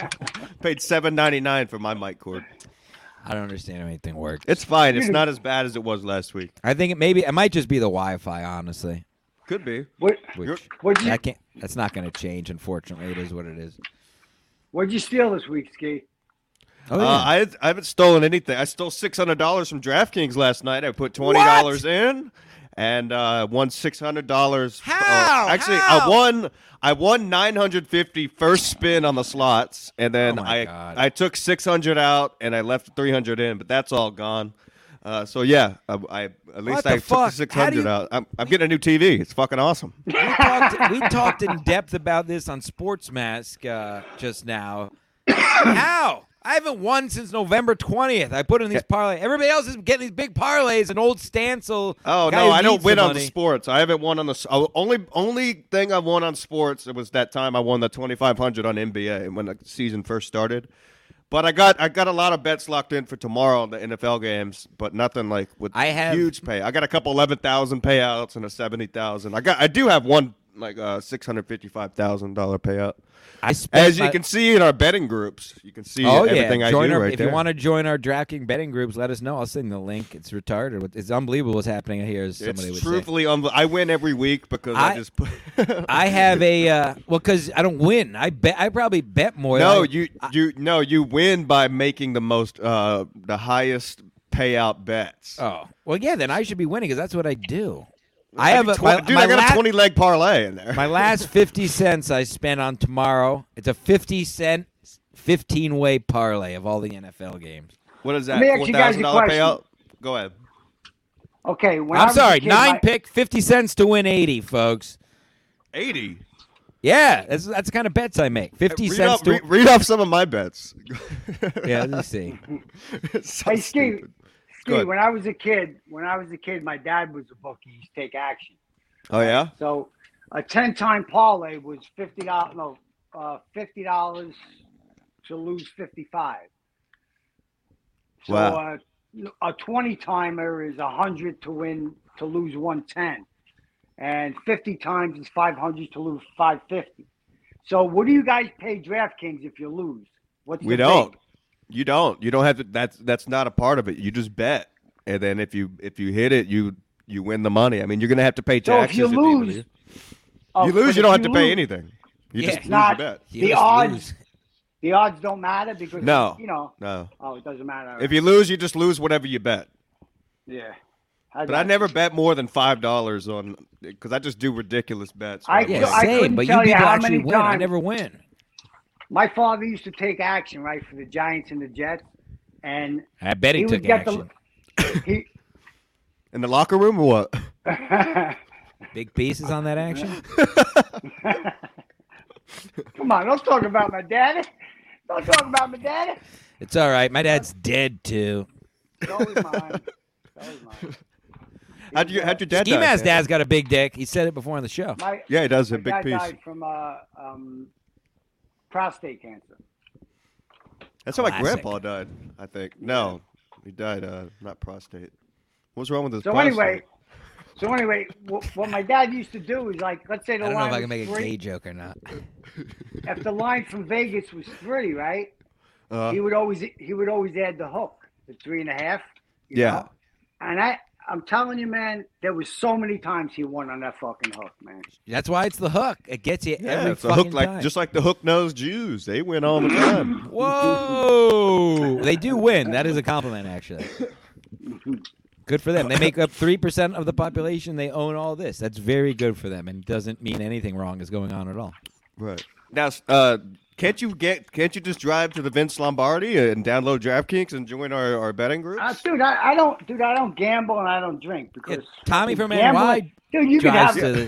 A: Paid seven ninety nine for my mic cord.
B: I don't understand how anything works.
A: It's fine. It's not as bad as it was last week.
B: I think it maybe it might just be the Wi-Fi, honestly.
A: Could be.
C: What,
A: You're-
B: Which
C: what'd, you,
B: that can't, that's not going to change. Unfortunately, it is what it is.
C: what'd you steal this week, Ski?
B: Oh,
A: Uh,
B: yeah.
A: I, I haven't stolen anything. I stole six hundred dollars from DraftKings last night. I put twenty dollars in and uh, won six hundred dollars. uh,
B: How?
A: actually, I
B: How?
A: won. I won 950 first spin on the slots, and then
B: Oh my
A: I
B: God.
A: I took six hundred out and I left three hundred in, but that's all gone. Uh, so yeah, I, I at least
B: the
A: I took
B: fuck?
A: six
B: How do
A: hundred
B: you-
A: out. I'm, I'm getting a new TV. It's fucking awesome.
B: we talked, we talked in depth about this on Sports Mask uh, just now. How? I haven't won since November 20th. I put in these parlays. Everybody else is getting these big parlays and old Stancil.
A: Oh
B: guy
A: no,
B: who
A: I
B: needs
A: don't win on the
B: money.
A: sports. I haven't won on the s- oh, only only thing I won on sports was that time I won the twenty five hundred on NBA when the season first started. But I got I got a lot of bets locked in for tomorrow in the NFL games, but nothing like with
B: I have-
A: huge pay. I got a couple eleven thousand payouts and a seventy thousand. I got I do have one like uh, six hundred fifty five thousand dollar payout.
B: I spent
A: As you
B: my-
A: can see in our betting groups, you can see
B: Oh
A: everything
B: yeah,
A: I
B: join
A: do
B: our,
A: right
B: if
A: there.
B: you want to join our DraftKings betting groups, let us know. I'll send the link. It's retarded. What- It's unbelievable what's happening here. As somebody
A: it's
B: would
A: truthfully, unbel- I win every week because I,
B: I-
A: just put.
B: say. I have a uh, well because I don't win. I bet I probably bet more.
A: No,
B: than I-
A: you you no, you win by making the most uh the highest payout bets.
B: Oh well, yeah. Then I should be winning because that's what I do. I
A: do
B: have a
A: twen-
B: my,
A: dude,
B: my
A: I got
B: last-
A: a twenty leg parlay in there.
B: My last 50 cents I spent on tomorrow. It's a 50 cent 15 way parlay of all the NFL games.
A: what is
C: Let
A: that?
C: me
A: Four
C: ask you guys a
A: thousand dollar
C: question.
A: payout. Go ahead.
C: Okay, when I
B: I'm
C: was a
B: sorry,
C: kid,
B: nine
C: my-
B: pick 50 cents to win 80, folks.
A: Eighty.
B: Yeah, that's, that's the kind of bets I make. 50
A: Read
B: cents
A: off, re-
B: to
A: read off some of my bets.
B: Yeah, let's see.
A: It's so
C: Hey, Steve.
A: stupid. Go
C: Ski,
A: ahead.
C: when I was a kid, when I was a kid, my dad was a bookie. He used to take action.
A: Oh yeah.
C: So a ten time parlay was fifty dollars. No, uh, fifty dollars to lose fifty five. So
A: Wow.
C: uh, a twenty timer is hundred to win to lose one ten, and fifty times is five hundred to lose five fifty. So what do you guys pay DraftKings if you lose? What's
A: We
C: the thing?
A: don't. You don't. You don't have to. That's that's not a part of it. You just bet, and then if you if you hit it, you you win the money. I mean, you're gonna have to pay
C: So
A: taxes.
C: if you
A: at the end of the
C: lose,
A: year.
C: Oh,
A: you
C: but
A: lose,
C: if
A: you don't have to pay
C: lose-
A: anything. You
B: Yeah.
A: just
B: It's
A: lose
C: not-
A: your bet.
B: You
C: The
B: just
C: odds-
B: lose.
C: The odds don't matter because
A: No.
C: you know.
A: No.
C: Oh, it doesn't matter.
A: If you lose, you just lose whatever you bet.
C: yeah.
A: But I never bet more than five dollars on because I just do ridiculous bets.
C: I-
A: man.
B: Yeah,
C: So I
B: same,
C: couldn't
B: but you
C: tell you
B: people
C: how
B: actually
C: many
B: win. I
C: times-
B: never win.
C: My father used to take action, right, for the Giants and the Jets, and
B: I bet he,
C: he would
B: took
C: get
B: action.
C: the he.
A: in the locker room or what?
B: Big pieces on that action.
C: Come on, don't talk about my daddy. Don't talk about my daddy.
B: It's all right. My dad's dead too.
C: So is mine. So is mine. uh,
A: How'd you how'd your dad?
B: Ski
A: die,
B: Mask
A: Dan?
B: dad's got a big dick. He said it before on the show.
C: My,
A: Yeah, he does
C: my
A: a big
C: dad
A: piece.
C: died from uh, um, prostate cancer.
A: That's how my
B: Classic.
A: grandpa died. I think no, he died uh, not prostate. What's wrong with his?
C: So
A: prostate?
C: anyway, so anyway, what, what my dad used to do is like, let's say the
B: I don't know
C: line
B: if I can make a
C: was
B: gay
C: three.
B: joke or not.
C: If the line from Vegas was three, right?
A: Uh,
C: he would always he would always add the hook, the three and a half. you
A: Yeah.
C: know? And I I'm telling you, man, there was so many times he won on that fucking hook, man.
B: That's why it's the hook. It gets you
A: yeah,
B: every
A: it's a
B: fucking
A: hook like
B: time.
A: just like the hook nosed Jews. They win all the time.
B: Whoa! they do win. That is a compliment, actually. Good for them. They make up three percent of the population. They own all this. That's very good for them, and doesn't mean anything wrong is going on at all.
A: Right now, uh, can't you get? Can't you just drive to the Vince Lombardi and download DraftKings and join our, our betting group?
C: Uh, dude, I, I don't dude, I don't gamble and I don't drink because
B: Tommy from
C: gambling-
B: NY
C: Dude, you could
B: drives
C: have
B: to. The,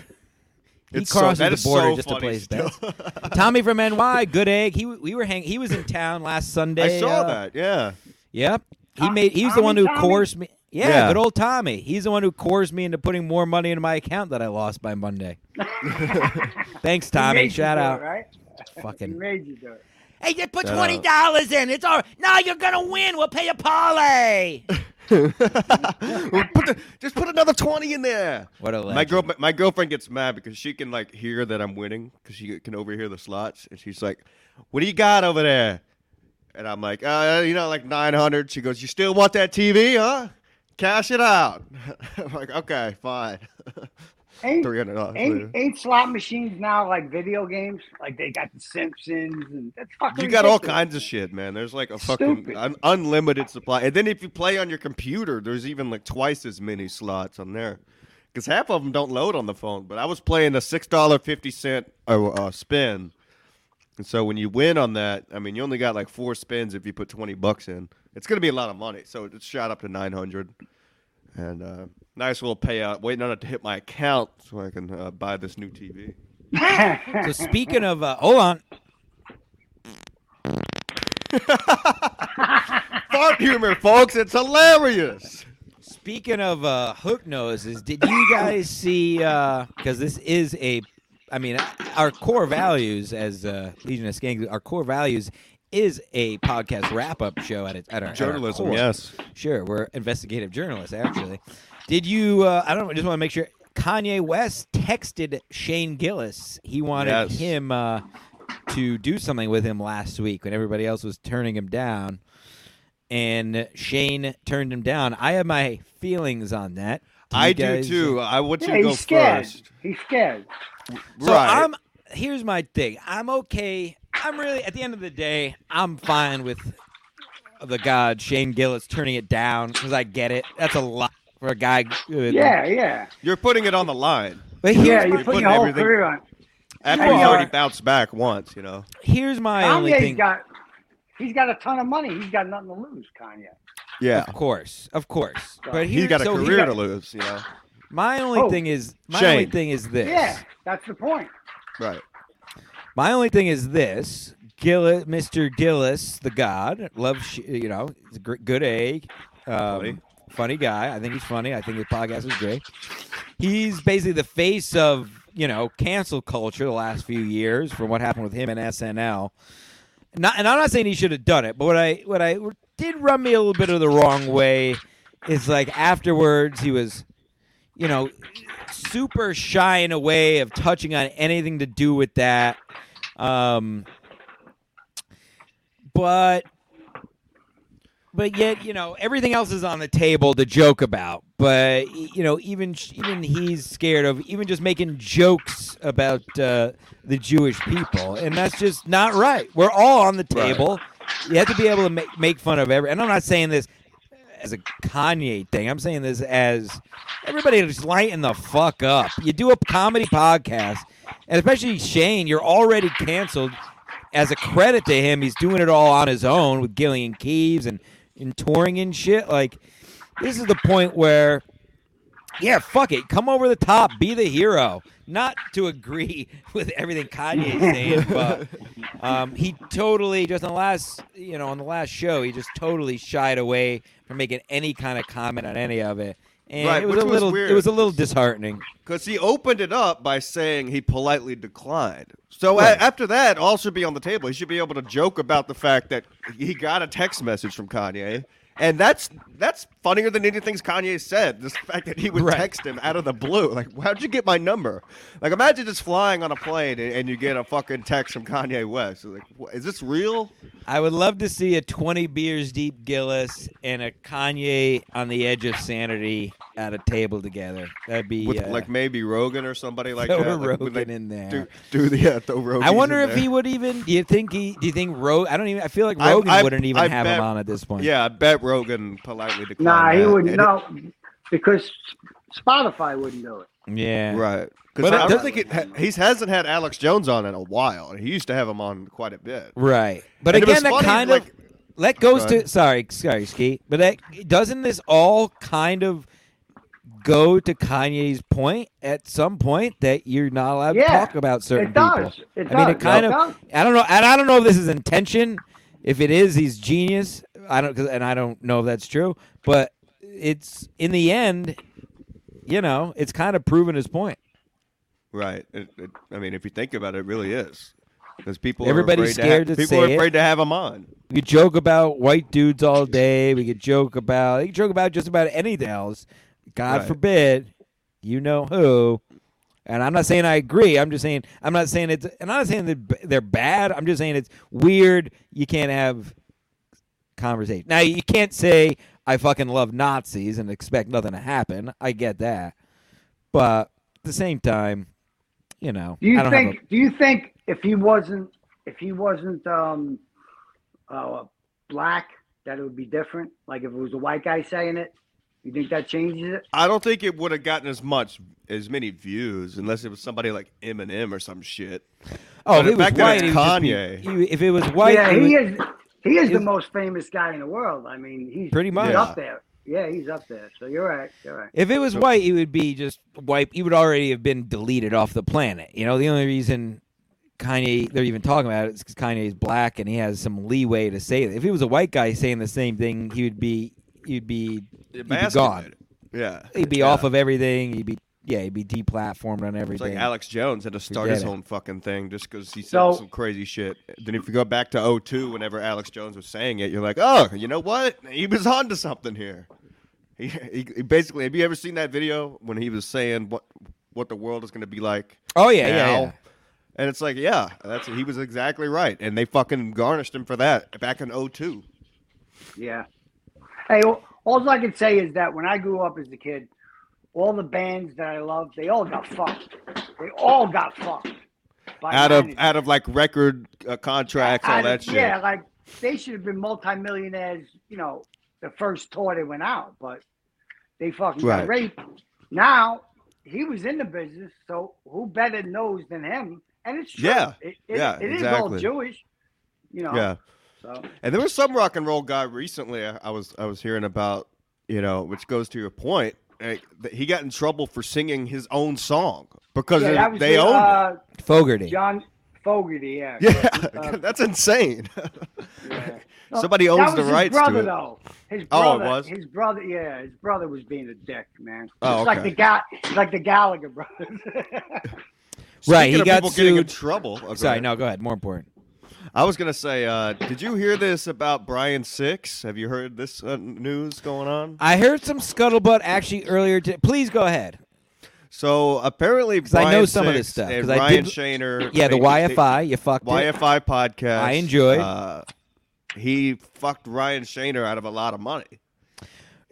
B: He
A: It's so-
B: crosses
A: that
B: the
A: is
B: border
A: so
B: just to
A: funny
B: play his
A: still.
B: bets. Tommy from NY, good egg. He we were hang. He was in town last Sunday.
A: I saw
B: uh,
A: that. Yeah.
B: Yep. He
C: Tom-
B: made. He's the
C: Tommy,
B: one who
C: Tommy?
B: coerced me. Yeah,
A: Yeah.
B: good old Tommy. He's the one who coerced me into putting more money into my account that I lost by Monday. Thanks, Tommy.
C: made you
B: Shout
C: do it,
B: out.
C: Right? He
B: Fucking.
C: made you do it.
B: Hey, just put
A: Shout
B: twenty dollars in. It's all. No, you're gonna win. We'll pay a parlay.
A: Well, put the, just put another twenty in there.
B: What a
A: My
B: legend.
A: girl, my girlfriend gets mad because she can like hear that I'm winning because she can overhear the slots, and she's like, "What do you got over there?" And I'm like, "Uh, you know, like 900." She goes, "You still want that TV, huh? Cash it out." I'm like, "Okay, fine."
C: Ain't,
A: Three hundred dollars.
C: ain't,
A: later.
C: ain't slot machines now like video games? Like they got the Simpsons and that's fucking.
A: You got all
C: ridiculous.
A: kinds of shit, man. There's like a fucking
C: Stupid.
A: un- unlimited supply, and then if you play on your computer, there's even like twice as many slots on there, because half of them don't load on the phone. But I was playing a six dollar fifty cent uh, uh, spin, and so when you win on that, I mean, you only got like four spins if you put twenty bucks in. It's gonna be a lot of money, so it shot up to nine hundred, and uh, nice little payout. Waiting on it to hit my account so I can uh, buy this new TV.
B: So speaking of, uh, hold on.
A: Fart humor, folks. It's hilarious.
B: Speaking of uh, hook noses, did you guys see? Because this is a, I mean, our core values as uh, Legion of Skanks, our core values is a podcast wrap up show at, its at our at our
A: Journalism,
B: core.
A: yes.
B: Sure, we're investigative journalists, actually. Did you? Uh, I don't. know, I just want to make sure. Kanye West texted Shane Gillis. He wanted
A: Yes.
B: him uh, to do something with him last week when everybody else was turning him down, and Shane turned him down. I have my feelings on that. Do you
A: I
B: guys-
A: do too. I want you
C: Yeah,
A: to go
C: he's scared.
A: first.
C: He's scared.
B: So
A: right.
B: I'm here's my thing. I'm okay. I'm really at the end of the day, I'm fine with the god Shane Gillis turning it down because I get it. That's a lot for a guy.
C: Yeah, yeah,
A: You're putting it on the line.
B: But here's
C: yeah.
B: my,
C: You put
A: putting
C: your whole
A: everything-
C: career on.
A: After
C: Yeah,
A: he's
C: you
A: already
C: are.
A: bounced back once, you know.
B: here's my only
C: Kanye's
B: thing.
C: got. He's got a ton of money. He's got nothing to lose, Kanye.
A: Yeah.
B: Of course, of course.
C: Sorry.
B: But
A: He
B: here,
A: has got a
B: so
A: career
B: here-
A: to lose, you know.
B: my only
C: Oh,
B: thing is my only
A: Shane.
B: thing is this.
C: Yeah, that's the point.
A: Right.
B: My only thing is this: Gillis, Mr. Gillis, the God, love sh- you know, he's a gr- good egg, um, funny.
A: Funny.
B: guy. I think he's funny. I think his podcast is great. He's basically the face of you know cancel culture the last few years from what happened with him and SNL. Not, and I'm not saying he should have done it, but what I what I what did run me a little bit of the wrong way is like afterwards he was, you know, super shy in a way of touching on anything to do with that. Um, but but yet you know everything else is on the table to joke about. But y- you know even even he's scared of even just making jokes about uh, the Jewish people, and that's just not right. We're all on the
A: Right.
B: table. You have to be able to make make fun of every. And I'm not saying this as a Kanye thing. I'm saying this as everybody just lighten the fuck up. You do a comedy podcast, and especially Shane, you're already canceled. As a credit to him, he's doing it all on his own with Gillian Keeves and, and touring and shit. Like, this is the point where, yeah, fuck it. Come over the top. Be the hero. Not to agree with everything Kanye's saying, but um, he totally just on the last you know on the last show he just totally shied away from making any kind of comment on any of it and
A: Right,
B: it was
A: which
B: a
A: was
B: little
A: weird.
B: it was a little disheartening
A: Because he opened it up by saying he politely declined. So a-
B: Right.
A: after that, all should be on the table. He should be able to joke about the fact that he got a text message from Kanye. And that's that's funnier than anything Kanye said. This fact that he would
B: Right.
A: text him out of the blue, like, how'd you get my number? Like, imagine just flying on a plane and, and you get a fucking text from Kanye West. Like, wha- is this real?
B: I would love to see a 20 beers deep Gillis and a Kanye on the edge of sanity at a table together that'd be
A: with
B: uh,
A: like maybe Rogan or somebody like
B: throw
A: that. like, when
B: Rogan
A: they
B: in there
A: Do, do the yeah, throw Rogan.
B: I wonder if he would even do you think he do you think Rogan I don't even I feel like
A: I-
B: Rogan
A: I-
B: wouldn't even
A: I
B: have
A: bet-
B: him on at this point
A: Yeah, I bet Rogan politely declined.
C: Nah, he
A: that.
C: wouldn't.
A: And-
C: No, because Spotify wouldn't do it.
B: yeah
A: Right. Because
B: But
A: I
B: it
A: don't
B: doesn't-
A: think it, ha- he hasn't had Alex Jones on in a while. and He used to have him on quite a bit.
B: Right. But
A: And it was
B: again, that
A: funny,
B: kind of
A: like-
B: that goes
A: Go
B: to sorry, sorry, Ski. But that doesn't this all kind of go to Kanye's point at some point that you're not allowed to
C: Yeah,
B: talk about certain
C: it does.
B: people.
C: It
B: I mean, it
C: does.
B: kind
C: It
B: of.
C: does.
B: I don't know. And I don't know if this is intention. If it is, he's genius. I don't. 'cause- And I don't know if that's true. But it's in the end, you know, it's kind of proven his point.
A: Right. It, it, I mean, if you think about it, it really is. Because people
B: Everybody's
A: are afraid
B: scared
A: to,
B: to
A: have, people are
B: say it.
A: afraid to have them on.
B: We could joke about white dudes all day. We could joke about. You could joke about just about anything else. God
A: Right.
B: forbid, you know who. And I'm not saying I agree. I'm just saying I'm not saying it's. And I'm not saying that b- they're bad. I'm just saying it's weird. You can't have conversation. Now you can't say I fucking love Nazis and expect nothing to happen. I get that, but at the same time, you know,
C: Do you
B: I don't have
C: think? do you think if he wasn't if he wasn't um, uh, black that it would be different? Like if it was a white guy saying it, you think that changes it?
A: I don't think it would have gotten as much as many views unless it was somebody like Eminem or some shit.
B: a, oh, if
A: the
B: it was
A: fact that
B: white,
A: it's
B: it would just be- if it was white,
C: yeah,
B: it would-
C: he is. He is the
B: is-
C: most famous guy in the world. I mean, he's
B: Pretty
C: he's
B: much.
C: up there. Yeah, he's up there. So you're right. You're right.
B: If it was white, he would be just wiped. He would already have been deleted off the planet. You know, the only reason Kanye they're even talking about it is because Kanye is black and he has some leeway to say it. If he was a white guy saying the same thing, he would be he'd be he'd be gone.
A: Emasculated. Yeah.
B: He'd be
A: Yeah.
B: off of everything. He'd be yeah, he'd be deplatformed
A: It's
B: on
A: like
B: everything.
A: Alex Jones had to start
B: Forget
A: his
B: it.
A: own fucking thing just because he said
C: So-
A: some crazy shit. Then if you go back to 02, whenever Alex Jones was saying it, you're like, oh, you know what? He was onto something here. He, he, he basically, have you ever seen that video when he was saying what what the world is going to be like?
B: oh yeah, yeah,
A: now?
B: yeah.
A: And it's like, yeah, that's he was exactly right, and they fucking garnished him for that back in 02.
C: Yeah. Hey, all I can say is that when I grew up as a kid, all the bands that I loved, they all got fucked. They all got fucked. by
A: Out of
C: management.
A: out of like record uh, contracts,
C: Out
A: all
C: of-
A: that shit.
C: Yeah, like they should have been multimillionaires, you know, the first tour they went out, but they fucking
A: Right.
C: got raped. Now he was in the business, so who better knows than him? And it's true.
A: Yeah,
C: It, it,
A: yeah,
C: it is all
A: exactly.
C: Jewish, you know.
A: yeah.
C: So
A: And there was some rock and roll guy recently I I was I was hearing about, you know, which goes to your point. like, that He got in trouble for singing his own song because
C: yeah,
A: it-
C: that was
A: they
C: with,
A: owned
C: uh,
B: Fogarty.
C: John Fogerty, yeah.
A: it. Yeah,
C: um,
A: that's insane.
C: Yeah.
A: Somebody
C: That
A: owns
C: was
A: the rights
C: his brother,
A: to it.
C: Though. His
A: Oh, it
C: brother,
A: was?
C: His brother, yeah, his brother was being a dick, man. Just
A: Oh,
C: like
A: okay.
C: the guy, like the Gallagher brothers.
B: Right,
A: Speaking
B: he
A: of
B: got
A: people getting in
B: sued.
A: trouble. oh, go
B: Sorry,
A: ahead.
B: no, go ahead. More important.
A: I was gonna say, uh, did you hear this about Brian Six? Have you heard this uh, news going on?
B: I heard some scuttlebutt actually earlier today. Please go ahead.
A: So apparently,
B: 'Cause I
A: Brian
B: know some of
A: Six
B: this stuff,
A: And
B: 'cause I
A: Ryan
B: did-
A: Shaner,
B: Yeah, the
A: they- they-
B: YFI. You fucked it.
A: YFI podcast.
B: I enjoyed.
A: Uh, he fucked Ryan Shaner out of a lot of money,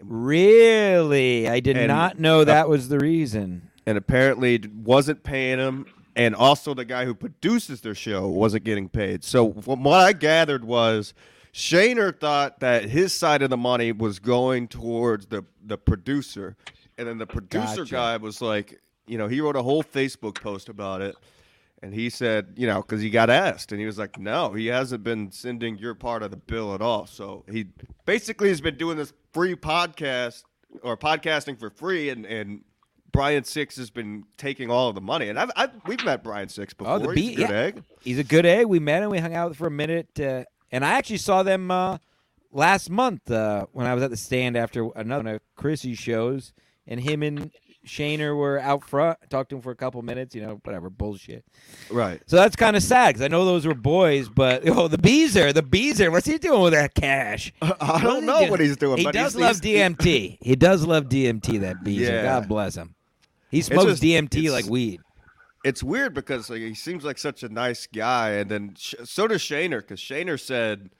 B: Really? I did
A: And,
B: not know that was the reason.
A: and apparently d- wasn't paying him. And also, the guy who produces their show wasn't getting paid. So from what I gathered was. Shaner thought that his side of the money was going towards the, the producer. And then the producer
B: Gotcha.
A: guy was like, you know, he wrote a whole Facebook post about it. And he said, you know, because he got asked, and he was like, no, he hasn't been sending your part of the bill at all. So he basically has been doing this free podcast or podcasting for free, and and Brian Six has been taking all of the money. And I've, I've we've met Brian Six before.
B: Oh, the
A: He's a
B: beat,
A: good
B: yeah.
A: egg.
B: He's a good egg. We met him. We hung out for a minute, uh, and I actually saw them uh, last month uh, when I was at the stand after another one of Chrissy's shows, and him and Shaner were out front. Talked to him for a couple minutes. You know, whatever bullshit.
A: right?
B: So that's kind of sad because I know those were boys, but oh, the Beezer, the Beezer, what's he doing with that cash?
A: I
B: is
A: don't
B: he
A: know
B: doing?
A: what he's doing,
B: He
A: but
B: does
A: he's-
B: love
A: he's-
B: DMT. He does love DMT. That Beezer,
A: Yeah.
B: God bless him. He smokes
A: just-
B: DMT
A: it's-
B: like weed.
A: it's weird because like, he seems like such a nice guy, and then sh- so does Shaner because Shaner said,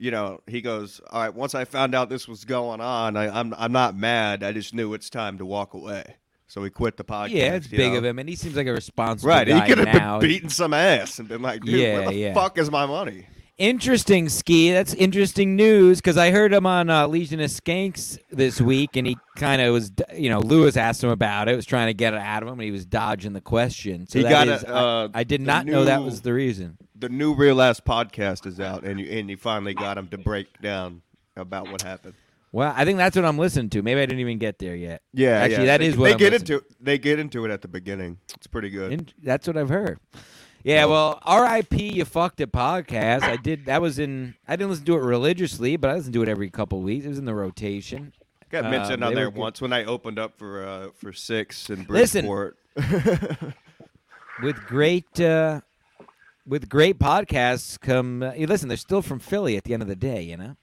A: you know, he goes, "All right, once I found out this was going on, I, I'm I'm not mad. I just knew it's time to walk away." So he quit the podcast.
B: Yeah, it's
A: you
B: big
A: know?
B: of him, and he seems like a responsible
A: Right, he
B: guy
A: could have
B: now.
A: been beating some ass and been like, "Dude,
B: Yeah,
A: where the
B: yeah.
A: fuck is my money?"
B: Interesting, Ski. That's interesting news because I heard him on uh, Legion of Skanks this week, and he kind of was, you know, Lewis asked him about it, was trying to get it out of him, and he was dodging the question. So
A: He
B: that
A: got a,
B: is- I-
A: uh,
B: I, did
A: the
B: not know that
A: new-
B: was the reason.
A: The new Real Ass podcast is out, and you and you finally got him to break down about what happened.
B: Well, I think that's what I'm listening to. Maybe I didn't even get there yet.
A: Yeah,
B: actually,
A: yeah.
B: that
A: they,
B: is what
A: they
B: I'm
A: get
B: listening
A: into. They get into it at the beginning. It's pretty good.
B: In- that's what I've heard. Yeah, well, R.I.P. You fucked it podcast. I did. That was in. I didn't listen to it religiously, but I listened to it every couple weeks. It was in the rotation.
A: Got
B: Uh,
A: mentioned on
B: they were
A: there
B: good.
A: once when I opened up for uh, for six in
B: Listen.
A: Bridgeport.
B: with great uh, with great podcasts come uh, you listen they're still from philly at the end of the day you know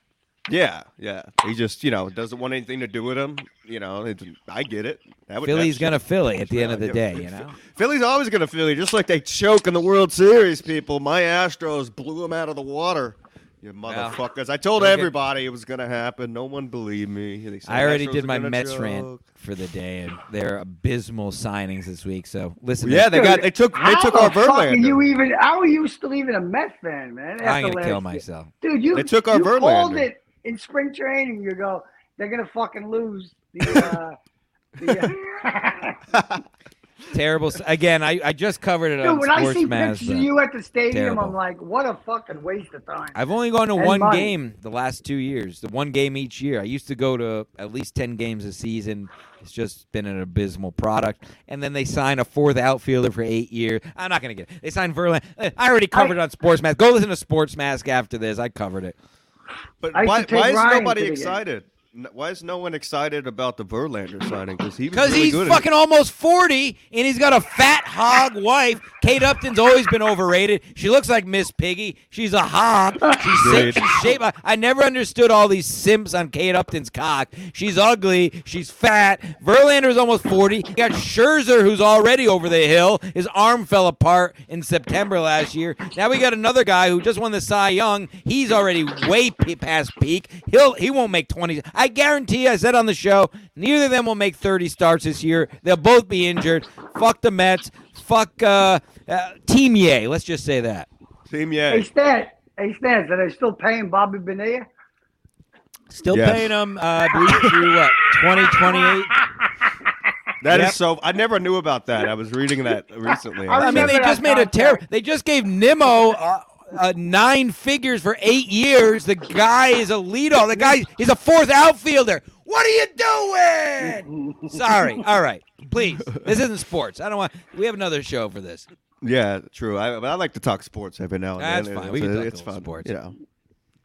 A: yeah, yeah. He just you know doesn't want anything to do with him. You know, it's, I get it. That would-
B: philly's
A: that's-
B: gonna philly at the end of the
A: Yeah,
B: day
A: Phil-
B: you know
A: Philly's always gonna Philly, just like they choke in the World Series. People, my Astros blew them out of the water. You motherfuckers! I told
B: okay.
A: everybody it was gonna happen. No one believed me. They said
B: i already
A: Astros
B: did
A: are
B: my
A: gonna
B: mets
A: choke.
B: rant for the day and their abysmal signings this week so listen
A: Yeah, they got they took they
C: How
A: took
C: the
A: our
C: fuck Are you
A: Verlander.
C: even? How are you still even a Met fan, man?
B: i'm
C: After
B: gonna
C: last
B: kill
C: year.
B: myself
C: dude. You
A: They took our
C: you called
A: Verlander.
C: it in spring training. You go, they're gonna fucking lose. The, uh, the, uh,
B: terrible s- again I, I just covered it
C: dude,
B: on
C: when I
B: sports
C: see pictures of
B: Mazda.
C: you at the stadium,
B: Terrible.
C: I'm like, what a fucking waste of time.
B: i've only gone to
C: and
B: one
C: money.
B: game the last two years the one game each year i used to go to at least 10 games a season it's just been an abysmal product and then they sign a fourth outfielder for eight years i'm not gonna get it they signed verlander Eh, i already covered it on sports mask go listen to sports mask after this i covered it
A: But
C: I used
A: why,
C: to take
A: why is
C: Ryan to
A: nobody
C: the game.
A: excited? N- Why is no one excited about the Verlander signing? Because he was
B: because
A: really
B: he's
A: good at-
B: fucking almost 40 and he's got a fat hog wife kate upton's always been overrated she looks like miss piggy she's a hog she's
A: Agreed.
B: sick she's shaped I, I never understood all these simps on kate upton's cock she's ugly she's fat verlander's almost 40 you got scherzer who's already over the hill his arm fell apart in september last year now we got another guy who just won the cy young he's already way pe- past peak he'll he won't make 20 i guarantee i said on the show neither of them will make 30 starts this year they'll both be injured fuck the mets fuck uh, uh team yay let's just say that
A: Team
C: Hey,
A: Yang.
C: Stan, hey, Stan, are they still paying Bobby Bonilla?
B: Still
A: Yes.
B: paying them, uh, I believe, through what, 2028?
A: That is
B: Yep.
A: so. I never knew about that. I was reading that recently.
C: I
B: I mean, they
C: Remember
B: just
C: that
B: made a terrible.
C: contract.
B: They just gave Nimmo uh, uh, nine figures for eight years. The guy is a leadoff. The guy is a fourth outfielder. What are you doing? Sorry. All right. Please. This isn't sports. I don't want. We have another show for this.
A: yeah, true. I, but I like to talk sports every now and then.
B: That's fine. We can
A: It's-
B: talk a
A: it's
B: little
A: fun.
B: sports.
A: You know,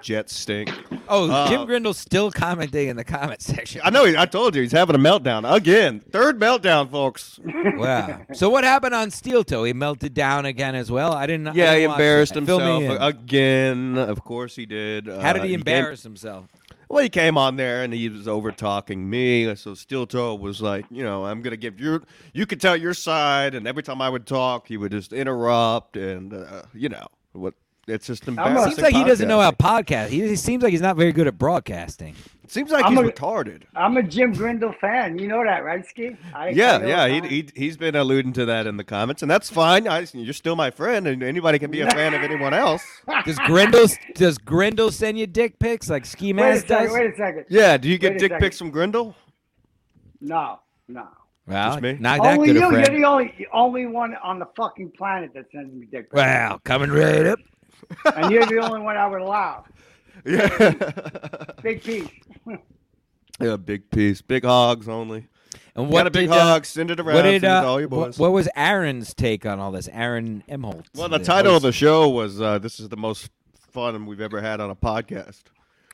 A: Jets stink.
B: Oh,
A: Uh,
B: Jim Grindel's still commenting in the comment section.
A: I know. he- I told you he's having a meltdown again. Third meltdown, folks.
B: Wow. So what happened on Steel Toe? He melted down again as well. I didn't. I
A: Yeah,
B: didn't
A: he
B: watch
A: embarrassed
B: that. Fill me
A: himself
B: in.
A: again. Of course, he did.
B: How
A: Uh,
B: did he
A: came-
B: embarrass himself?
A: Well, he came on there and he was over talking me. So Steel Toe was like, you know, I'm gonna give your, you could tell your side. And every time I would talk, he would just interrupt, and uh, you know what? It's just embarrassing.
B: Seems like he doesn't know
A: podcasting.
B: how podcast. He, he seems like he's not very good at broadcasting.
A: Seems like
C: I'm
A: he's
C: a-
A: retarded.
C: I'm a Jim Grindle fan. You know that, right, Ski? I, I
A: Yeah,
C: know
A: yeah,
C: it.
A: he, he he's been alluding to that in the comments, and that's fine. I, you're still my friend, and anybody can be a fan of anyone else.
B: Does Grendel does Grendel send you dick pics like Ski
C: Wait a
B: Mask does?
C: second. Wait a second.
A: Yeah, do you
C: Wait
A: get
C: a
A: dick
C: second.
A: pics from Grindel?
C: No, no.
B: Well,
A: Just me?
B: not that
C: Only
B: good
C: Oh, you.
B: a
C: You're
B: friend.
C: the only the only one on the fucking planet that sends me dick pics,
B: Wow, coming right up.
C: and you're the only one I would allow.
A: Yeah,
C: Big piece.
A: yeah, big piece, big hogs only.
B: And
A: What
B: what
A: a big
B: did, uh,
A: hog, send it around
B: What did
A: send it
B: uh,
A: to all your
B: wha-
A: boys.
B: what, was Aaron's take on all this? Aaron Emholt.
A: well, the title of the show was uh, "This is the most fun we've ever had on a podcast."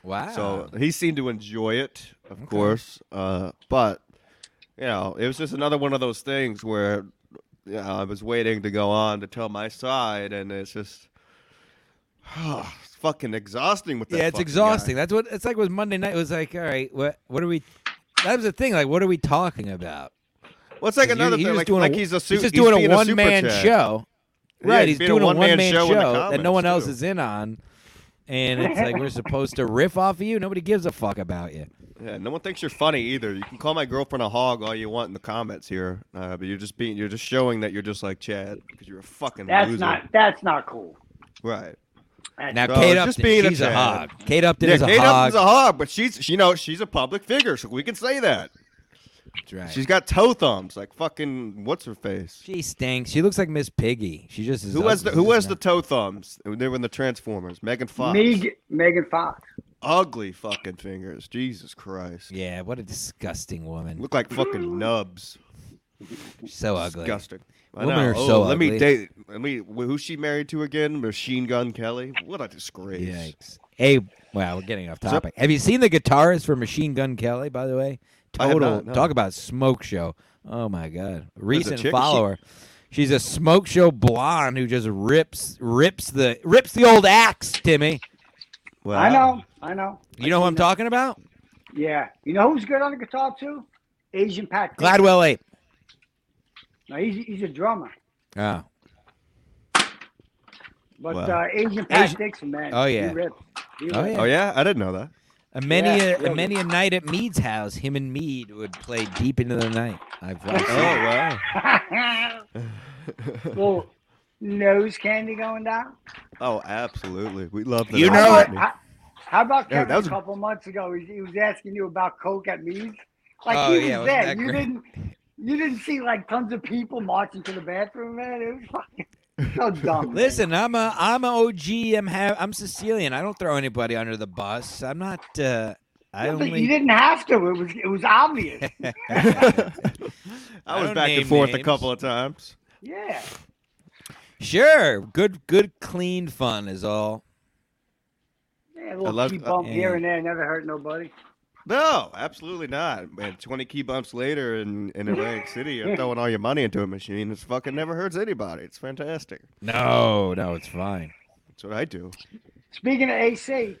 B: Wow.
A: So uh, he seemed to enjoy it, of course. Uh, but you know, it was just another one of those things where you know, I was waiting to go on to tell my side, and it's just it's fucking exhausting with that.
B: yeah, it's
A: fucking guy.
B: exhausting. That's what it's like. Was Monday night? It was like, all right, what what are we? That was the thing. Like, what are we talking about?
A: Well, it's like
B: 'Cause you-
A: another
B: he
A: thing.
B: was
A: Like,
B: doing a-
A: like he's a su-
B: he's just doing
A: being
B: a one man
A: super chat.
B: show.
A: Yeah,
B: Right,
A: he's
B: he's
A: being
B: doing a one man
A: in the
B: show that no
A: comments,
B: one else
A: too.
B: is in on, and it's like we're supposed to riff off of you. Nobody gives a fuck about you.
A: Yeah, no one thinks you're funny either. You can call my girlfriend a hog all you want in the comments here, uh, but you're just being you're just showing that you're just like Chad because you're a fucking
C: That's
A: loser.
C: not. That's not cool.
A: right.
C: That's
B: Now,
A: So,
B: Kate
A: just
B: Upton,
A: being a
B: she's a,
A: Chad.
B: hog. Kate Upton
A: yeah,
B: is a
A: Kate
B: hog.
A: Upton's a hog, but she's she knows she's a public figure, so we can say that.
B: That's right.
A: She's got toe thumbs, like fucking what's her face?
B: she stinks. She looks like Miss Piggy. She just is.
A: Who has the
B: ugly.
A: who has the toe thumbs? They were in the Transformers. Megan Fox.
C: Me, Megan Fox.
A: ugly fucking fingers. Jesus Christ.
B: Yeah, what a disgusting woman.
A: Look like fucking nubs.
B: so ugly.
A: Disgusting. I
B: Women
A: know.
B: are
A: oh,
B: so
A: let
B: ugly.
A: me date. Let me. Who's she married to again? Machine Gun Kelly. What a disgrace.
B: Yikes. Hey, well, we're getting off
A: So-
B: topic. Have you seen the guitarist for Machine Gun Kelly, by the way?
A: I have
B: Total
A: not, no.
B: talk about smoke show. Oh my god.
A: chick?
B: Recent
A: Is she-
B: follower. She's a smoke show blonde who just rips rips the rips the old axe, Timmy.
A: Wow.
C: I know. I know.
B: You know who I'm talking about?
C: Yeah. You know who's good on the guitar too? Asian Pat. Cook.
B: Gladwell Ape.
C: No, he's, he's a drummer.
B: Oh.
C: But
A: Wow.
C: uh, Asian Pat
B: Asian-
C: Dixon, man.
B: Oh,
C: he
B: yeah.
C: rips. He
B: Oh,
C: rips.
A: Oh yeah, I didn't know that.
B: A many
C: Yeah,
B: a,
C: really.
B: many a night at Mead's house, him and Mead would play deep into the night. I've I've
A: Oh
B: seen it.
A: wow.
B: Oh,
C: well, nose candy going down.
A: Oh, absolutely. We love that.
B: You
A: about
B: know
C: how
B: it.
A: me.
C: about, how about
A: Yeah,
C: Kevin
A: that was
C: a
A: a-
C: couple months ago? He, he was asking you about Coke at Meads. Like
B: Oh,
C: he was
B: yeah, wasn't
C: there.
B: that
C: You
B: great?
C: didn't. You didn't see like tons of people marching to the bathroom, man. It was fucking so dumb. man.
B: Listen, I'm a I'm a OG. I'm ha- I'm Sicilian. I don't throw anybody under the bus. I'm not. Uh, I
C: Yeah, but
B: only.
C: you didn't have to. It was it was obvious.
A: I was
B: don't
A: back
B: name
A: and forth
B: names.
A: a couple of times.
C: yeah.
B: Sure, good good clean fun is all.
C: Yeah, a
A: I
C: little
A: love-
C: key bump
B: uh,
C: here
B: yeah.
C: and there never hurt nobody.
A: No, absolutely not. Man, 20 key bumps later in, in Atlantic City, you're throwing all your money into a machine. It's fucking never hurts anybody. It's fantastic.
B: No, no, it's fine.
A: That's what I do.
C: Speaking of AC,